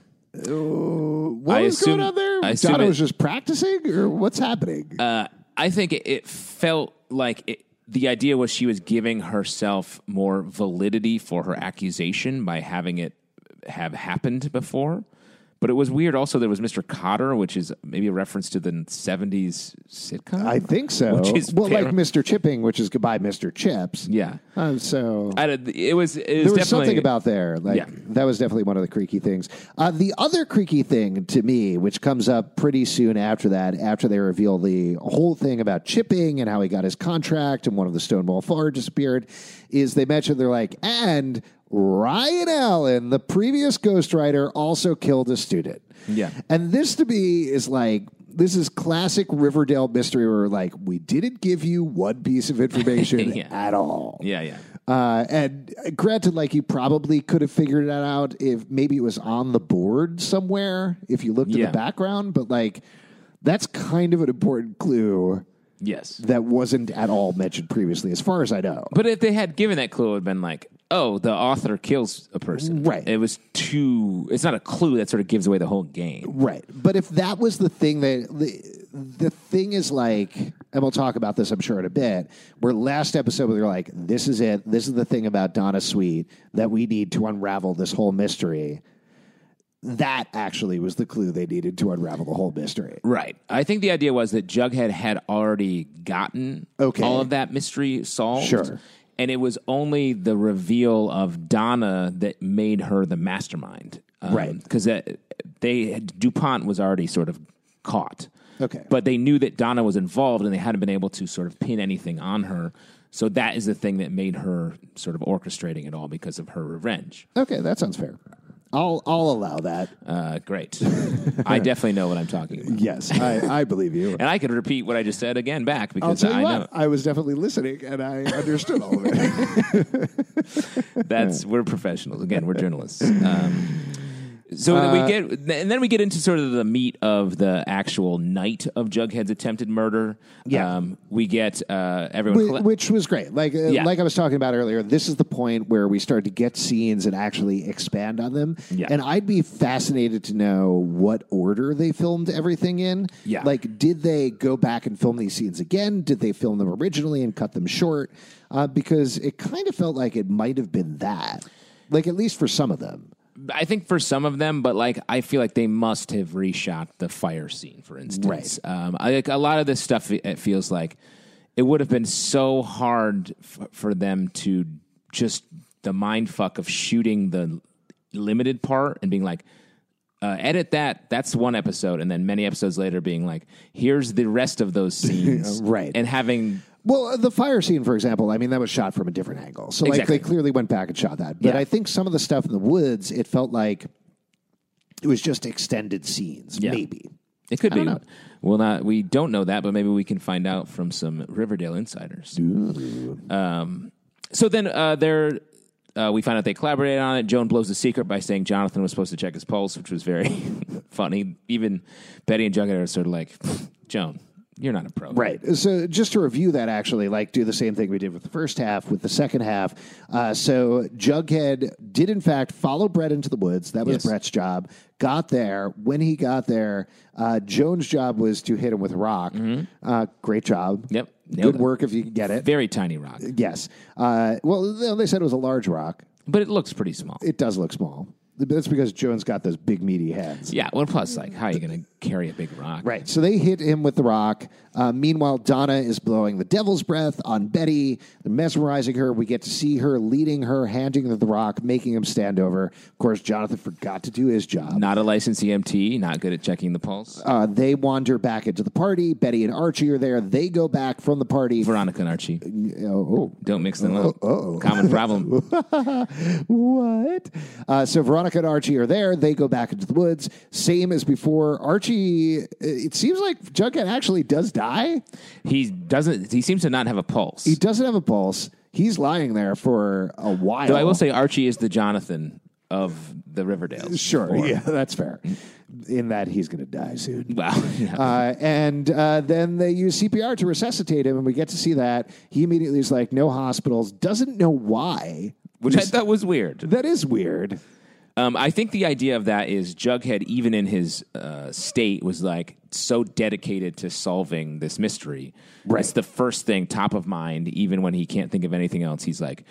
What
I
was
assume-
going on there?
I assume
Donna
it-
was just practicing, or what's happening?
uh, I think it, it felt like it, the idea was she was giving herself more validity for her accusation by having it have happened before. But it was weird. Also, there was Mr. Cotter, which is maybe a reference to the '70s sitcom.
I think so.
which is
well, like
par-
Mr. Chipping, which is goodbye, Mr. Chips.
yeah.
Um, so
I, don't- it was. It was
there was
definitely,
something about there. Like
Yeah.
that was definitely one of the creaky things. Uh, the other creaky thing to me, which comes up pretty soon after that, after they reveal the whole thing about chipping and how he got his contract and one of the Stonewall Four disappeared, is they mention they're like, and Ryan Allen, the previous ghostwriter, also killed a student.
Yeah.
And this to me is like this is classic Riverdale mystery where like we didn't give you one piece of information
Yeah.
at all.
Yeah, yeah.
Uh, and granted, like you probably could have figured that out if maybe it was on the board somewhere if you looked in
Yeah.
the background, but like that's kind of an important clue
Yes.
that wasn't at all mentioned previously, as far as I know.
But if they had given that clue, it would have been like, oh, the author kills a person.
Right.
It was too. It's not a clue that sort of gives away the whole game.
Right. But if that was the thing that the, the thing is like, and we'll talk about this, I'm sure, in a bit, where last episode we were like, this is it. This is the thing about Donna Sweet that we need to unravel this whole mystery. that actually was the clue they needed to unravel the whole mystery.
Right. I think the idea was that Jughead had already gotten
Okay.
all of that mystery solved.
Sure.
And it was only the reveal of Donna that made her the mastermind. Um,
Right.
Because they had- DuPont was already sort of caught.
Okay.
But they knew that Donna was involved and they hadn't been able to sort of pin anything on her. So that is the thing that made her sort of orchestrating it all because of her revenge.
Okay, that sounds fair. I'll I'll allow that.
Uh, great. I definitely know what I'm talking about.
Yes, I, I believe you.
And I could repeat what I just said again back
I'll
because
tell you
I
what,
know
I was definitely listening and I understood all of it.
that's we're professionals. Again, we're journalists. Um, so then
Uh,
we get, and then we get into sort of the meat of the actual night of Jughead's attempted murder.
Yeah.
um, we get uh, everyone.
Whi-
colle-
Which was great. Like uh,
Yeah.
like I was talking about earlier, this is the point where we start to get scenes and actually expand on them.
Yeah.
And I'd be fascinated to know what order they filmed everything in.
Yeah.
Like, did they go back and film these scenes again? Did they film them originally and cut them short? Uh, because it kind of felt like it might have been that. Like at least for some of them.
I think for some of them, but like I feel like they must have reshot the fire scene, for instance. Um, I, like a lot of this stuff, it, it feels like it would have been so hard f- for them to just the mind fuck of shooting the limited part and being like. Uh, edit that. That's one episode, and then many episodes later, being like, "Here's the rest of those scenes,"
Right.
And having
Well, uh, the fire scene, for example, I mean, that was shot from a different angle. So, like,
Exactly.
they clearly went back and shot that. But
Yeah.
I think some of the stuff in the woods, it felt like it was just extended scenes,
Yeah.
maybe.
It could be.
don't know.
Well, not we don't know that, but maybe we can find out from some Riverdale insiders. Um, so then uh, there, uh, we find out they collaborated on it. Joan blows the secret by saying Jonathan was supposed to check his pulse, which was very funny. Even Betty and Jughead are sort of like, Joan, you're not a pro,
Right. So just to review that, actually, like do the same thing we did with the first half with the second half. Uh, so Jughead did in fact follow Brett into the woods. That was
Yes.
Brett's job. Got there. When he got there, uh, Joan's job was to hit him with a rock. Uh, great job.
Mm-hmm. Yep. Nailed
Good
it.
work if you can get it.
Very tiny rock,
Yes. Uh, well, they- they said it was a large rock.
but it looks pretty small.
It does look small. But that's because Jones got those big meaty hands.
yeah. Well, plus, like, how are you going to carry a big rock?
Right. So they hit him with the rock. Uh, meanwhile, Donna is blowing the devil's breath on Betty, mesmerizing her. We get to see her leading her, handing her the rock, making him stand over. Of course, Jonathan forgot to do his job.
Not a licensed EMT. Not good at checking the pulse.
Uh, they wander back into the party. Betty and Archie are there. They go back from the party.
Veronica and Archie.
oh,
Don't mix them up. Common problem.
what? Uh, so Veronica and Archie are there. They go back into the woods. Same as before. Archie, uh, it seems like Jughead actually does die.
He doesn't. He seems to not have a pulse.
He doesn't have a pulse. He's lying there for a while.
Though I will say Archie is the Jonathan of the Riverdale.
sure. Yeah, that's fair. In that he's going to die soon.
Wow. Yeah.
Uh, and uh, then they use CPR to resuscitate him, and we get to see that. He immediately is like, no hospitals, doesn't know why.
Which I thought was weird.
That is weird.
Um, I think the idea of that is Jughead, even in his uh, state, was like so dedicated to solving this mystery.
Right.
It's the first thing top of mind, even when he can't think of anything else. He's like,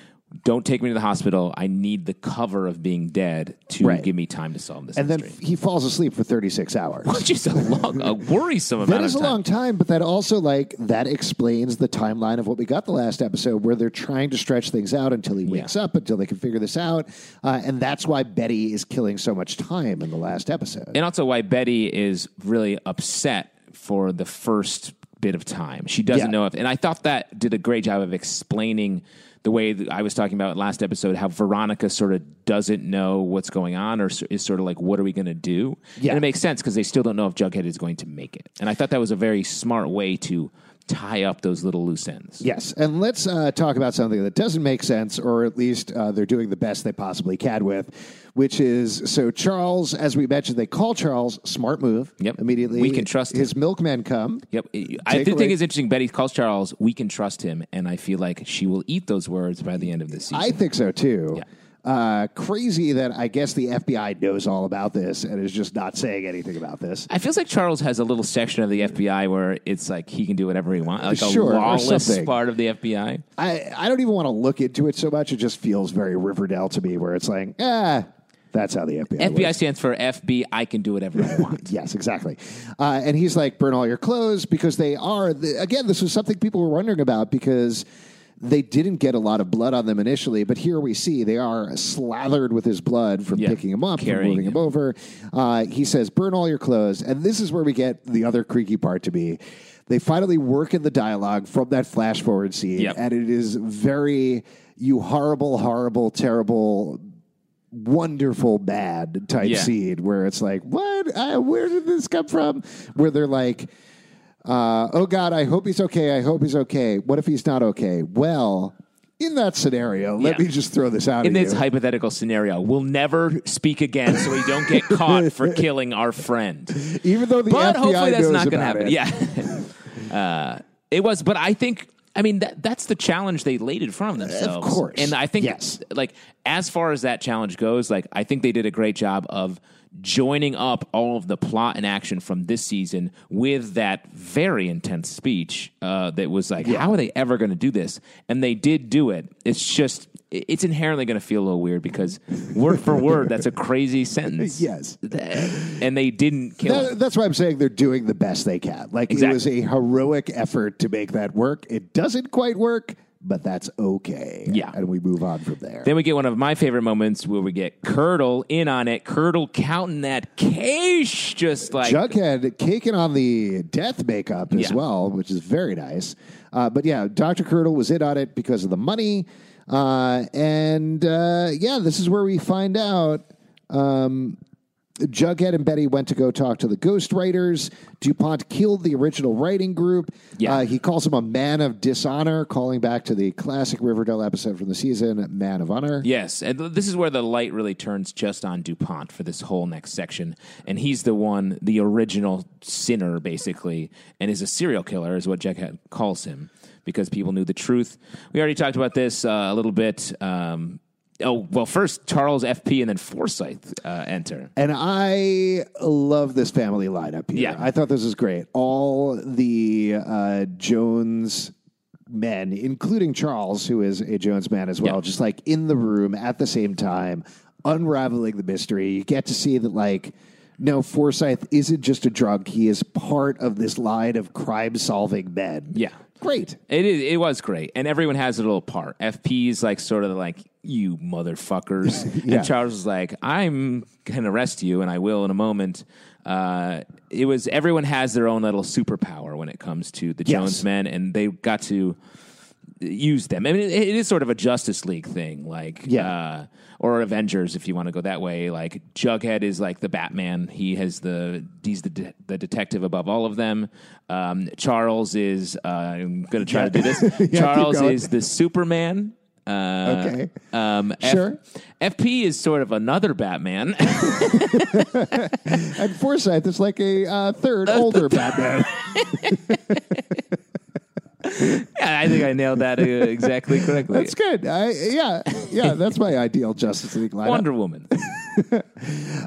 "Don't take me to the hospital. I need the cover of being dead to
Right.
give me time to solve this
And then
mystery."
he falls asleep for 36 hours.
which is a long, a worrisome amount
That is
of
a
time.
long time, but that also like that explains the timeline of what we got the last episode, where they're trying to stretch things out until he wakes up, until they can figure this out, uh, and that's why Betty is killing so much time in the last episode.
and also why Betty is really upset for the first bit of time. She doesn't
Yeah.
know if, and I thought that did a great job of explaining the way that I was talking about last episode, how Veronica sort of doesn't know what's going on, or s- is sort of like, "What are we going to do?"
Yeah.
And it makes sense because they still don't know if Jughead is going to make it. And I thought that was a very smart way to tie up those little loose ends.
Yes, and let's uh, talk about something that doesn't make sense, or at least uh, they're doing the best they possibly can with, which is so Charles, as we mentioned, they call Charles, smart move.
Yep.
immediately
We can trust him.
his milkmen come.
Yep. I
Take
do
away-
think it's interesting. Betty calls Charles, we can trust him. And I feel like she will eat those words by the end of this season.
I think so too.
Yeah.
Uh, crazy that I guess the FBI knows all about this and is just not saying anything about this.
I feels like Charles has a little section of the FBI where it's like he can do whatever he wants, like
Sure, or
a lawless
something.
part of the FBI.
I, I don't even want to look into it so much. It just feels very Riverdale to me, where it's like, ah, That's how the FBI.
FBI
works.
stands for FB. I can do whatever I want.
Yes, exactly. Uh, and he's like, burn all your clothes because they are. The, again, this was something people were wondering about because they didn't get a lot of blood on them initially, but here we see they are slathered with his blood from
Yeah,
picking him up, from
carrying
moving him,
him.
over. Uh, he says, burn all your clothes. And this is where we get the other creaky part to be. They finally work in the dialogue from that flash forward scene,
Yep.
and it is very, you horrible, horrible, terrible wonderful bad type
Yeah.
scene where it's like, what? Uh, where did this come from? Where they're like, uh, oh God, I hope he's okay. I hope he's okay. What if he's not okay? Well, in that scenario, let
Yeah.
me just throw this out
In
at
this
you.
hypothetical scenario, we'll never speak again, so we don't get caught for killing our friend.
Even though the
but
FBI
hopefully that's
knows
not going to happen.
about it.
Yeah, uh, it was. But I think I mean that that's the challenge they laid in front of themselves.
course.
and I think
Yes.
like as far as that challenge goes, like I think they did a great job of joining up all of the plot and action from this season with that very intense speech uh, that was like, how are they ever going to do this? And they did do it. It's just. i- It's inherently going to feel a little weird because word for word, that's a crazy sentence.
Yes.
and they didn't kill. him.
That, that's why I'm saying they're doing the best they can. Like it
Exactly.
was a heroic effort to make that work. It doesn't quite work, but that's okay.
Yeah.
and we move on from there.
Then we get one of my favorite moments where we get Curdle in on it. Curdle counting that cash, just like
Jughead caking on the death makeup as
Yeah.
well, which is very nice. Uh, but yeah, Dr. Curdle was in on it because of the money. Uh, and uh, yeah, this is where we find out. Um, Jughead and Betty went to go talk to the ghost writers. DuPont killed the original writing group.
Yeah.
Uh, he calls him a man of dishonor, calling back to the classic Riverdale episode from the season, Man of Honor.
Yes, and th- this is where the light really turns just on DuPont for this whole next section. And he's the one, the original sinner, basically, and is a serial killer, is what Jughead calls him, because people knew the truth. We already talked about this uh, a little bit. Um, oh, well, first Charles FP and then Forsyth uh, enter.
And I love this family lineup here.
Yeah.
I thought this was great. All the uh, Jones men, including Charles, who is a Jones man as well,
Yeah.
just like in the room at the same time, unraveling the mystery. You get to see that, like, no, Forsyth isn't just a drug. He is part of this line of crime solving men.
Yeah.
Great.
It is. It was great, and everyone has a little part. FP's like sort of like you motherfuckers,
Yeah.
and Charles is like, "I'm gonna arrest you, and I will in a moment." Uh, it was everyone has their own little superpower when it comes to the
Yes.
Jones men, and they got to use them. I mean, it, it is sort of a Justice League thing, like
Yeah.
uh, or Avengers if you want to go that way. Like Jughead is like the Batman. He has the he's the de- the detective above all of them. Um, Charles is uh, I'm gonna try to do this.
keep
Charles
going.
is the Superman. Uh,
Okay.
Um, F-
Sure.
FP is sort of another Batman.
And Forsyth is like a uh, third older Batman.
yeah, I think I nailed that uh, exactly correctly.
That's good. I, yeah, yeah, that's my ideal Justice League lineup.
Wonder Woman.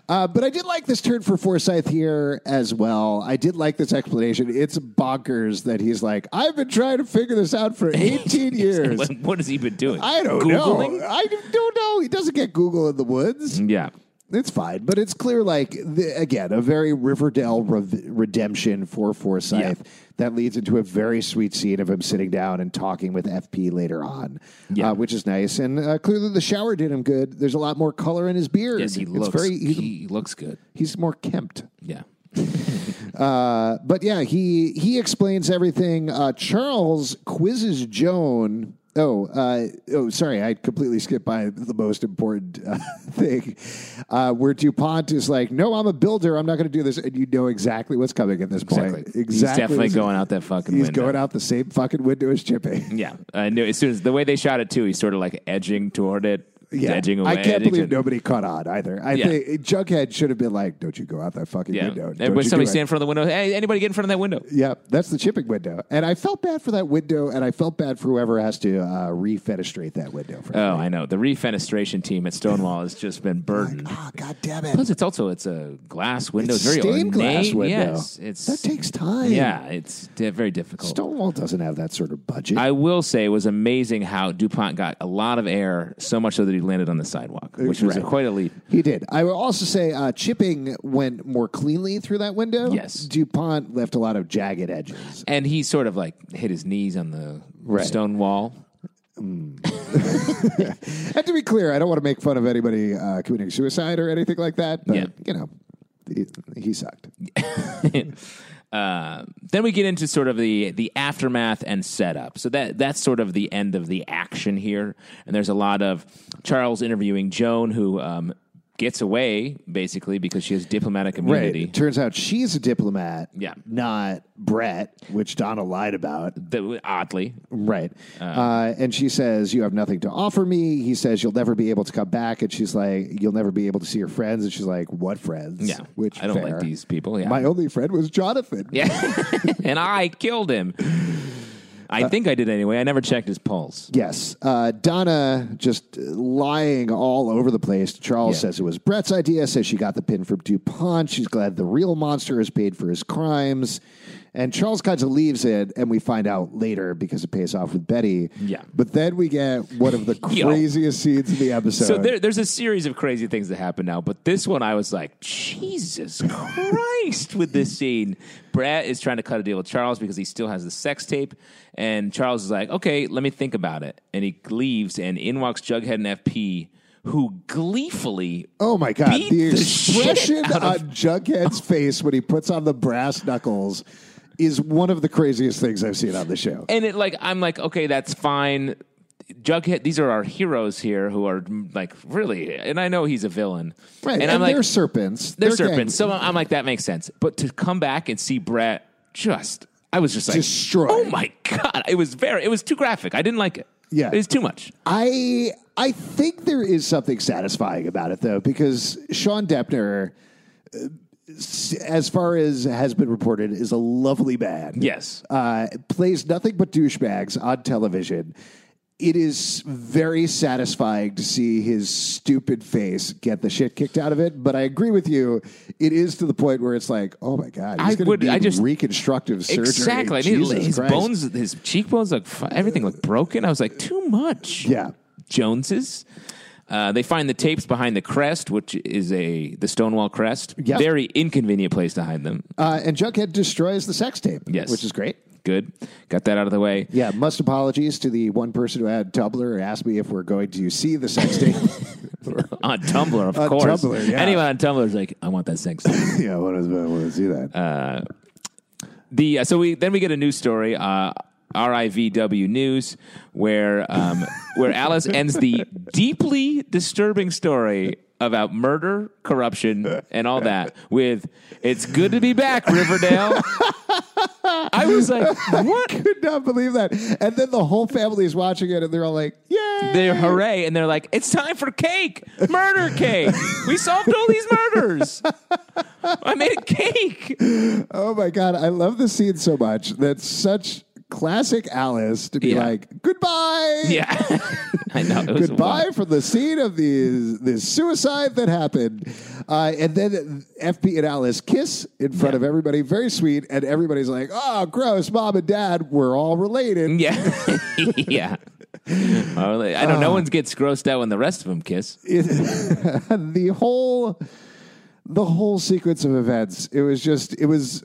Uh, but I did like this turn for Forsyth here as well. I did like this explanation. It's bonkers that he's like, I've been trying to figure this out for 18 years.
What- what has he been doing?
I don't
Googling? Mm-hmm.
know. I don't know. He doesn't get Google in the woods.
Yeah.
It's fine, but it's clear, like the, again, a very Riverdale rev- redemption for Forsyth that leads into a very sweet scene of him sitting down and talking with FP later on,
Yeah.
uh, which is nice. And uh, clearly, the shower did him good. There's a lot more color in his beard.
Yes, he
It's
looks.
very- he's,
he looks good.
he's more kempt.
Yeah.
Uh, but yeah, he he explains everything. Uh, Charles quizzes Joan. Oh, uh, oh, sorry, I completely skipped by the most important uh, thing, uh, where Dupont is like, "No, I'm a builder. I'm not going to do this," and you know exactly what's coming at this point.
Exactly. He's definitely
what's-
going out that fucking
He's
window.
going out the same fucking window as Chippy.
Yeah, I knew as soon as the way they shot it too, he's sort of like edging toward it,
Yeah,
edging away.
I can't
edging
believe
to-
nobody caught on either. I
Yeah.
think Jughead should have been like, "Don't you go out that fucking
Yeah,
window." Don't
and when
you
somebody
do it."
stand in front of the window, hey, anybody get in front of that window?
Yeah, that's the chipping window. And I felt bad for that window, and I felt bad for whoever has to uh, refenestrate that window. For
Oh, I know. The refenestration team at Stonewall has just been burdened.
oh, God damn it.
Plus, it's also it's a glass window.
It's
very
stained glass
ornate.
window.
Yes, it's
That takes time.
Yeah, it's di- very difficult.
Stonewall doesn't have that sort of budget.
I will say it was amazing how DuPont got a lot of air, so much so that he he landed on the sidewalk, which was
Right.
quite a leap.
He did. I will also say uh, chipping went more cleanly through that window.
Yes.
DuPont left a lot of jagged edges.
And he sort of like hit his knees on the
Right.
stone wall.
And to be clear, I don't want to make fun of anybody uh, committing suicide or anything like that, but,
Yeah.
you know, he, he sucked.
Uh, then we get into sort of the the aftermath and setup. So that that's sort of the end of the action here. And there's a lot of Charles interviewing Joan, who um, gets away basically because she has diplomatic immunity.
Right. Turns out she's a diplomat,
Yeah.
not Brett, which Donna lied about.
The- oddly,
Right. Uh, and she says, You have nothing to offer me. He says, You'll never be able to come back. And she's like, You'll never be able to see your friends. And she's like, What friends?
yeah. I don't
fair.
like these people. Yeah,
My only friend was Jonathan.
yeah. and I killed him. I think I did anyway. I never checked his pulse.
Yes. Uh, Donna just lying all over the place. Charles
Yeah.
says it was Brett's idea, says she got the pin from DuPont. She's glad the real monster has paid for his crimes. And Charles kind of leaves it, and we find out later because it pays off with Betty.
Yeah.
But then we get one of the
Yo.
craziest scenes in the episode.
So there, there's a series of crazy things that happen now, but this one I was like, Jesus Christ, with this scene. Brad is trying to cut a deal with Charles because he still has the sex tape, and Charles is like, okay, let me think about it. And he leaves, and in walks Jughead and FP, who gleefully
Oh my god!
beat
The
the shit
expression
out
on
of-
Jughead's face when he puts on the brass knuckles is one of the craziest things I've seen on the show.
and it like I'm like, okay, that's fine. Jughead, these are our heroes here who are like really, and I know he's a villain,
Right, and,
And, I'm like,
they're serpents.
they're,
gang-
serpents. So I'm like, that makes sense. But to come back and see Brett, just I was just like,
Destroyed.
Oh my god! It was very, it was too graphic. I didn't like it.
Yeah.
it was too much.
I I think there is something satisfying about it though, because Sean Deppner, uh, s- as far as has been reported, is a lovely man.
Yes.
uh, plays nothing but douchebags on television. It is very satisfying to see his stupid face get the shit kicked out of it. But I agree with you; it is to the point where it's like, oh my god, he's
I
gonna
would-
Need
I just-
reconstructive surgery.
Exactly. I needed-
Jesus
his
Christ.
bones, his cheekbones, look fi- everything looked broken. I was like, too much.
Yeah.
Joneses. Uh, they find the tapes behind the crest, which is a the Stonewall crest.
Yep.
Very inconvenient place to hide them.
Uh, and Jughead destroys the sex tape.
Yes.
which is great.
Good. Got that out of the way.
Yeah, must apologies to the one person who had Tumblr and asked me if we're going to see the sex tape.
On Tumblr, of
On
course.
Tumblr, yeah.
Anyone on Tumblr is like, I want that sex.
yeah, I want to see that.
the uh, so we then we get a news story uh RIVW News, where um, where Alice ends the deeply disturbing story about murder, corruption, and all that with "It's good to be back, Riverdale." I was like, "What?"
could not believe that. And then the whole family is watching it, and they're all like, "Yay!"
They're hooray, and they're like, "It's time for cake, murder cake. We solved all these murders. I made a cake."
oh my god, I love this scene so much. That's such classic Alice to be
Yeah.
like, "Goodbye."
Yeah, I know. It was
Goodbye
wild.
from the scene of the this suicide that happened, uh, and then FP and Alice kiss in front of everybody, very sweet, and everybody's like, "Oh, gross! Mom and Dad, we're all related."
Yeah. yeah. Oh, like, I know no one gets grossed out when the rest of them kiss.
it, the whole the whole sequence of events it was just it was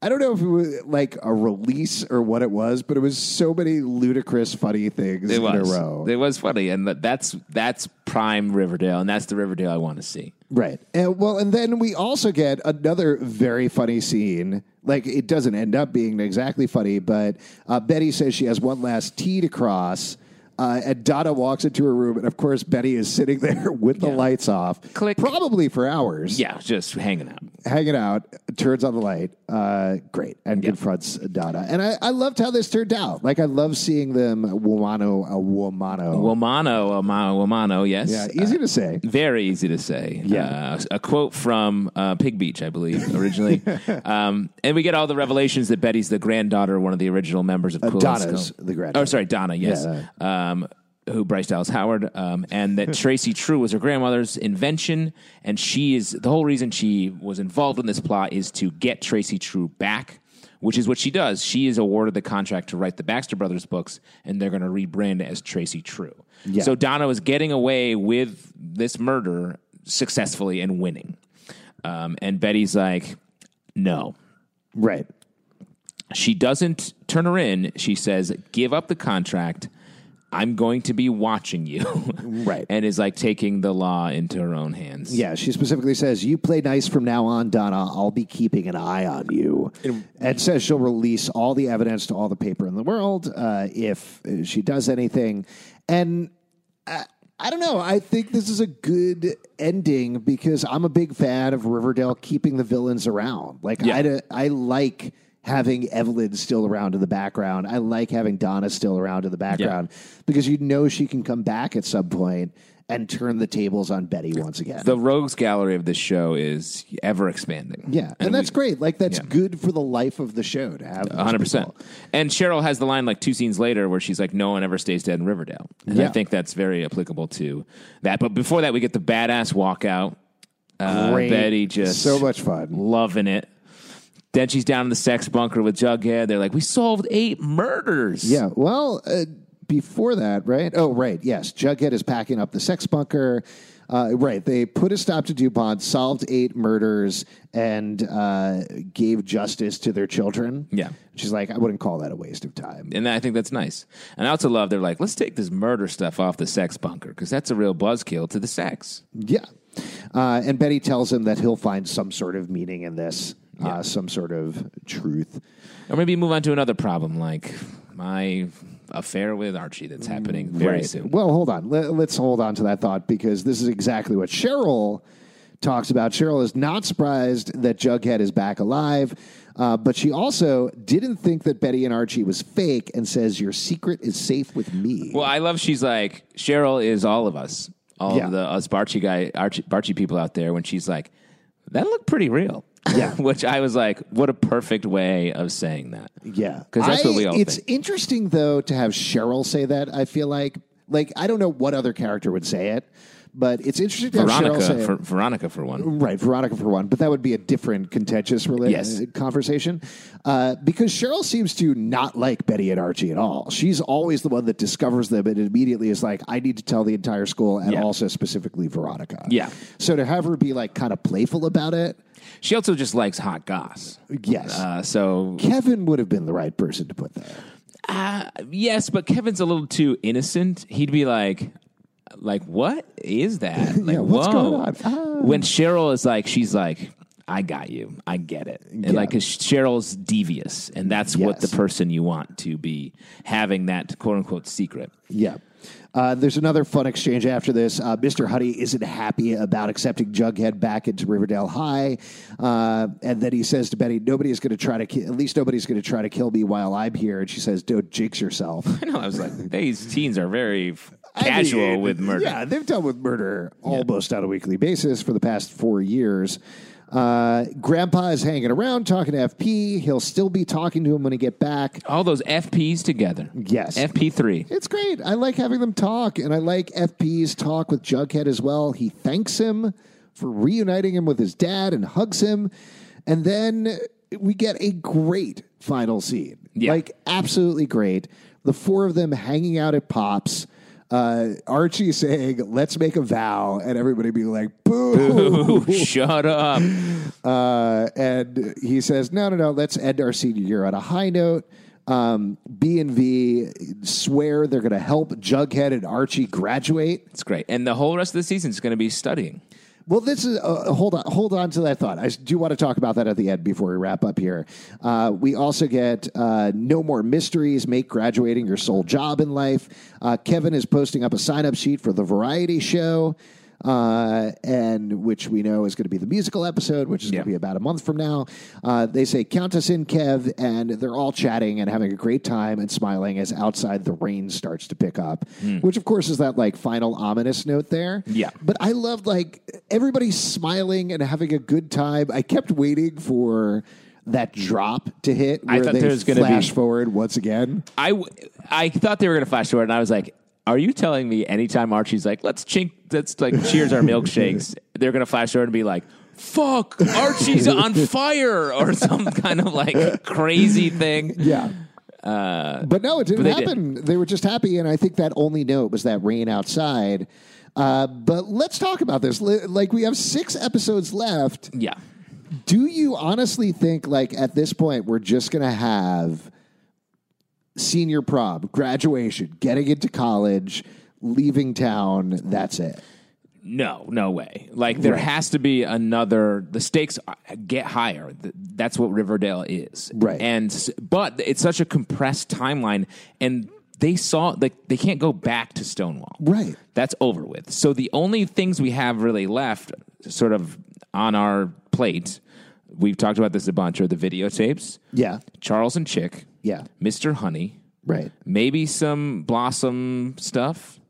i don't know if it was like a release or what it was but it was so many ludicrous funny things
It
in
was.
a row
It was funny. And that- that's that's prime Riverdale, and that's the Riverdale I want to see.
right and well and then we also get another very funny scene like it doesn't end up being exactly funny but uh, betty says she has one last t to cross uh, and Donna walks into her room, and of course Betty is sitting there with the
Yeah.
lights off,
Click.
probably for hours.
Yeah, just hanging out.
hanging out, turns on the light, uh, great, and confronts Donna. And I, I loved how this turned out. Like, I love seeing them womano, a womano.
Womano, Womano, Womano, yes. Uh,
yeah, easy to say.
Very easy to say.
Yeah.
Uh, a quote from uh, Pig Beach, I believe, originally. um, and we get all the revelations that Betty's the granddaughter of one of the original members of Cool and
Donna's
Skull.
the
Oh,
granddaughter.
sorry, Donna, yes.
Yeah, uh,
Um, who Bryce Dallas Howard, um, and that Tracy True was her grandmother's invention, and she is the whole reason she was involved in this plot is to get Tracy True back, which is what she does. She is awarded the contract to write the Baxter Brothers books, and they're going to rebrand it as Tracy True.
Yeah.
So Donna was getting away with this murder successfully and winning. Um, and Betty's like, no.
Right.
She doesn't turn her in. She says, give up the contract. I'm going to be watching you.
Right.
and is like taking the law into her own hands.
Yeah, she specifically says, "You play nice from now on, Donna. I'll be keeping an eye on you." And says she'll release all the evidence to all the paper in the world uh, if uh, she does anything. And uh, I don't know. I think this is a good ending because I'm a big fan of Riverdale keeping the villains around. Like
Yeah.
I, d- I like having Evelyn still around in the background. I like having Donna still around in the background because you know she can come back at some point and turn the tables on Betty once again.
The rogues gallery of this show is ever expanding.
yeah, and, that's great. Like that's
yeah.
good for the life of the show to have those
100%.
people.
And Cheryl has the line like two scenes later where she's like, No one ever stays dead in Riverdale. And I
Yeah.
think that's very applicable to that. But before that, we get the badass walkout. Uh,
Great.
Betty just
so much fun.
loving it. Then she's down in the sex bunker with Jughead. They're like, We solved eight murders.
Yeah. Well, uh, before that, right? Oh, right. Yes. Jughead is packing up the sex bunker. Uh, right. They put a stop to DuPont, solved eight murders, and uh, gave justice to their children.
Yeah.
She's like, I wouldn't call that a waste of time.
And I think that's nice. And I also love they're like, let's take this murder stuff off the sex bunker because that's a real buzzkill to the sex.
Yeah. Uh, and Betty tells him that he'll find some sort of meaning in this, uh, some sort of truth.
Or maybe move on to another problem like my affair with Archie that's
Mm,
happening very soon.
Well, hold on. Let, us hold on to that thought because this is exactly what Cheryl talks about. Cheryl is not surprised that Jughead is back alive, uh, but she also didn't think that Betty and Archie was fake and says, Your secret is safe with me.
Well, I love she's like, Cheryl is all of us, all
Yeah.
of the us Barchi guy, Archie, Barchi people out there when she's like, that looked pretty real. Yeah. Which I was like, what a perfect way of saying that.
yeah.
'Cause that's what
I-
we all
It's
think.
interesting, though, to have Cheryl say that, I feel like. Like, I don't know what other character would say it, but it's interesting to have Cheryl say
Veronica,
it.
for, Veronica for one.
Right, Veronica for one, but that would be a different contentious rela-
Yes.
uh, conversation uh, because Cheryl seems to not like Betty and Archie at all. She's always the one that discovers them and immediately is like, "I need to tell the entire school," and
Yeah.
also specifically Veronica.
Yeah.
So to have her be like kind of playful about it,
She also just likes hot goss.
yes,
Uh, so
Kevin would have been the right person to put that.
Uh, yes, but Kevin's a little too innocent. He'd be like, like, what is that? Like,
what's
whoa.
going on? Ah.
When Cheryl is like, she's like, I got you. I get it. And
Yeah.
like, 'cause Cheryl's devious, and that's what the
Yes.
person you want to be having that quote unquote secret.
Yeah. Uh, there's another fun exchange after this. Uh, Mr. Huddy isn't happy about accepting Jughead back into Riverdale High, uh, and then he says to Betty, "Nobody is going to try to ki- at least nobody's going to try to kill me while I'm here." And she says, "Don't jinx yourself."
I know. I was like, these teens are very f- casual
I mean,
with murder.
Yeah, they've dealt with murder almost on a weekly basis for the past four years. Uh, Grandpa is hanging around talking to FP. He'll still be talking to him when he get back.
All those FPs together.
Yes.
FP3.
It's great. I like having them talk, and I like FP's talk with Jughead as well. He thanks him for reuniting him with his dad and hugs him. And then we get a great final scene.
Yeah.
Like, absolutely great. The four of them hanging out at Pops. Uh, Archie saying, let's make a vow, and everybody being like, boo.
Ooh, shut up.
Uh, and he says, no, no, no, let's end our senior year on a high note. Um, B and V swear they're going to help Jughead and Archie graduate.
It's great. And the whole rest of the season is going to be studying.
Well, this is uh, hold on, hold on to that thought. I do want to talk about that at the end before we wrap up here. Uh, we also get uh, no more mysteries. Make graduating your sole job in life. Uh, Kevin is posting up a sign up sheet for the variety show, uh, and which we know is going to be the musical episode, which is going
Yeah.
to be about a month from now. Uh, they say count us in, Kev, and they're all chatting and having a great time and smiling as outside the rain starts to pick up, which of course is that like final ominous note there.
Hmm. Yeah.
But I loved like everybody's smiling and having a good time. I kept waiting for that drop to hit
I
where
thought
they
there was gonna be-
flash forward once again.
I, w- I thought they were going to flash forward, and I was like, "Are you telling me anytime Archie's like, let's chink, let's like cheers our milkshakes, they're going to flash forward and be like." Fuck, Archie's on fire, or some kind of like crazy thing.
Yeah.
Uh,
But no, it didn't
they did.
happen. They were just happy, and I think that only note was that rain outside. Uh, but let's talk about this. Li- Like we have six episodes left.
yeah.
Do you honestly think, like at this point, we're just gonna have senior prom, graduation, getting into college, leaving town? That's it.
No, no way. Like there has to be another. The stakes are- get higher. Th- That's what Riverdale is.
Right.
And s- but it's such a compressed timeline, and they saw like they can't go back to Stonewall.
Right.
That's over with. So the only things we have really left, sort of on our plate, we've talked about this a bunch, are the videotapes.
Yeah.
Charles and Chick.
Yeah.
Mr. Honey.
Right.
Maybe some Blossom stuff.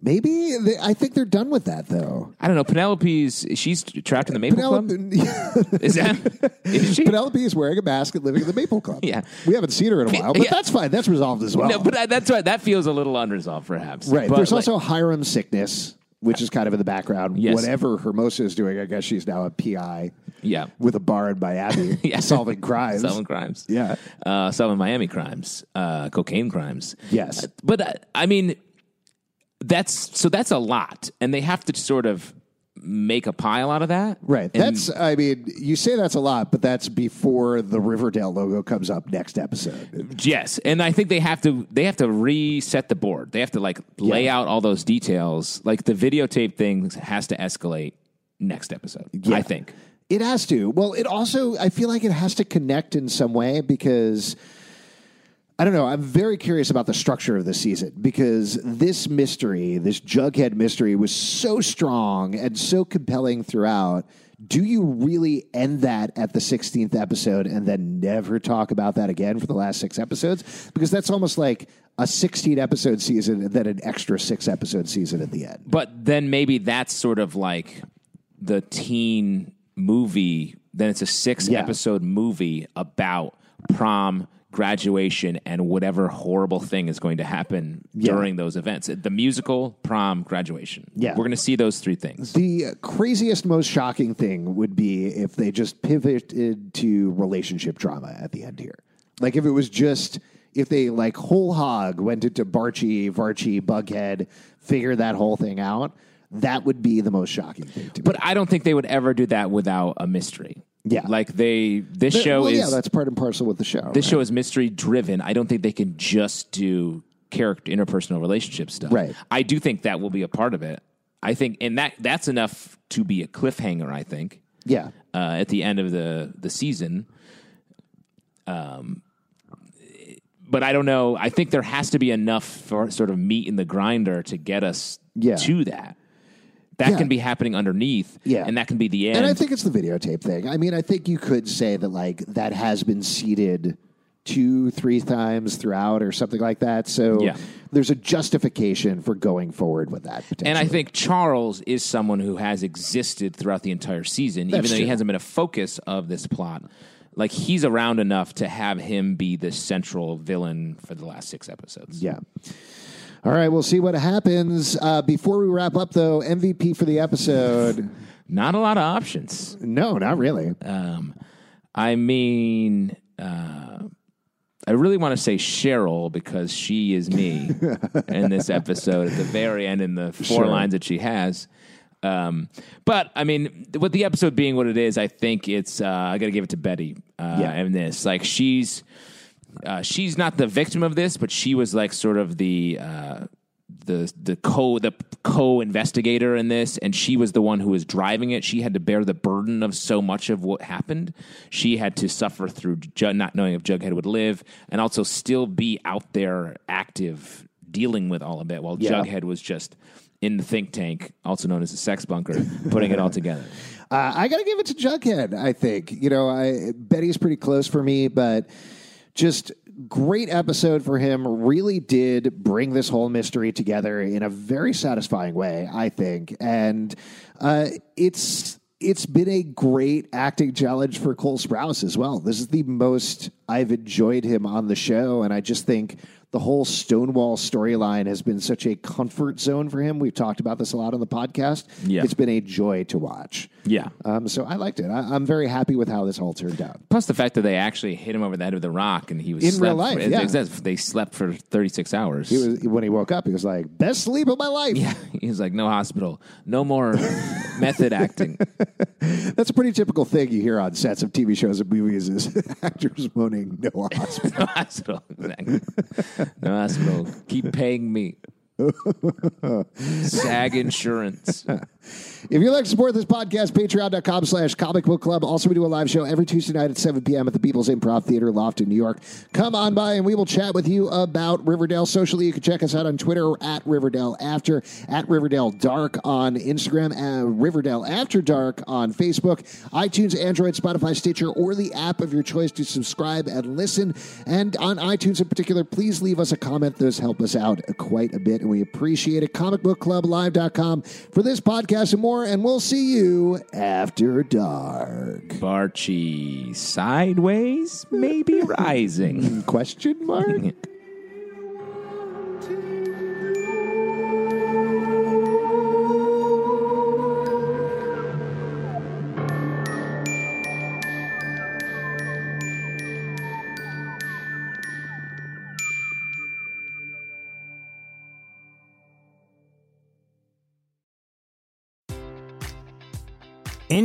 Maybe they, I think they're done with that though.
I don't know. Penelope's she's trapped in the Maple Club. Is that is she?
Penelope is wearing a mask and living in the Maple Club.
Yeah.
We haven't seen her in a while, but
yeah.
that's fine. That's resolved as well.
No, but I, that's right. That feels a little unresolved, perhaps.
right.
But,
There's
like,
also Hiram sickness, which is kind of in the background.
Yes.
Whatever Hermosa is doing, I guess she's now a PI
yeah,
with a bar in Miami
Yeah.
solving crimes.
solving crimes.
Yeah.
uh, solving Miami crimes, uh, cocaine crimes.
Yes.
Uh, but uh, I mean, that's so that's a lot, and they have to sort of make a pile out of that.
Right.
And-
that's, I mean, you say that's a lot, but that's before the Riverdale logo comes up next episode.
Yes, and I think they have to they have to reset the board. They have to like lay out all those details. Like the videotape thing has to escalate next episode. I think.
It has to. Well, it also, I feel like it has to connect in some way because I don't know. I'm very curious about the structure of the season because this mystery, this Jughead mystery, was so strong and so compelling throughout. Do you really end that at the 16th episode and then never talk about that again for the last six episodes? Because that's almost like a 16 episode season and then an extra six episode season at the end.
But then maybe that's sort of like the teen movie. Then it's a six
Yeah.
episode movie about prom, graduation, and whatever horrible thing is going to happen during those events. The musical, prom, graduation.
Yeah.
We're going to see those three things.
The craziest, most shocking thing would be if they just pivoted to relationship drama at the end here. Like if it was just if they like whole hog went into Barchi, Varchi, Bughead, figure that whole thing out. That would be the most shocking thing to me.
But I don't think they would ever do that without a mystery.
Yeah.
Like they, this show
well,
is.
yeah, that's part and parcel with the show.
this
right?
show is mystery driven. I don't think they can just do character interpersonal relationship stuff.
Right.
I do think that will be a part of it. I think, and that that's enough to be a cliffhanger. I think
yeah,
uh, at the end of the the season. Um, but I don't know. I think there has to be enough for sort of meat in the grinder to get us
Yeah.
to that. That
Yeah.
can be happening underneath,
Yeah.
and that can be the end.
and I think it's the videotape thing. I mean, I think you could say that like that has been seeded two, three times throughout, or something like that. So
Yeah.
there's a justification for going forward with that. Potentially.
And I think Charles is someone who has existed throughout the entire season, even
That's
though he
true.
hasn't been a focus of this plot. Like he's around enough to have him be the central villain for the last six episodes.
Yeah. All right, we'll see what happens. Uh, before we wrap up, though, MVP for the episode.
Not a lot of options.
No, not really.
Um, I mean, uh, I really want to say Cheryl because she is me in this episode at the very end in the four lines that she has. Um, but I mean, th- with the episode being what it is, I think it's uh, I got to give it to Betty uh,
Yeah.
and this like she's uh, she's not the victim of this, but she was like sort of the. Uh, the the co the co investigator in this, and she was the one who was driving it. She had to bear the burden of so much of what happened. She had to suffer through Jug- not knowing if Jughead would live, and also still be out there active dealing with all of it, while
Yeah.
Jughead was just in the think tank, also known as the sex bunker, putting it all together.
Uh, I got to give it to Jughead, I think. You know, I, Betty's pretty close for me, but just great episode for him. Really did bring this whole mystery together in a very satisfying way, I think. And uh, it's. It's been a great acting challenge for Cole Sprouse as well. This is the most I've enjoyed him on the show, and I just think the whole Stonewall storyline has been such a comfort zone for him. We've talked about this a lot on the podcast.
Yeah.
It's been a joy to watch.
Yeah.
Um, so I liked it. I, I'm very happy with how this all turned out.
Plus the fact that they actually hit him over the head with a rock and he was
In
slept
real life,
For,
yeah.
they, they slept for 36 hours.
He was- when he woke up, he was like, "Best sleep of my life."
yeah, he was like, no hospital, no more method acting.
That's a pretty typical thing you hear on sets of TV shows and movies: is actors moaning no hospital.
No hospital. Exactly. No hospital. Keep paying me. SAG insurance.
If you'd like to support this podcast, patreon.com slash comic book club. Also, we do a live show every Tuesday night at 7 p.m. at the Beatles Improv Theater Loft in New York. Come on by and we will chat with you about Riverdale. Socially, you can check us out on Twitter at Riverdale After, at Riverdale Dark on Instagram, at Riverdale After Dark on Facebook, iTunes, Android, Spotify, Stitcher, or the app of your choice to subscribe and listen. And on iTunes in particular, please leave us a comment. Those help us out quite a bit, and we appreciate it. ComicBookClubLive.com for this podcast and more, and we'll see you after dark.
Barchi sideways, maybe rising.
Question mark?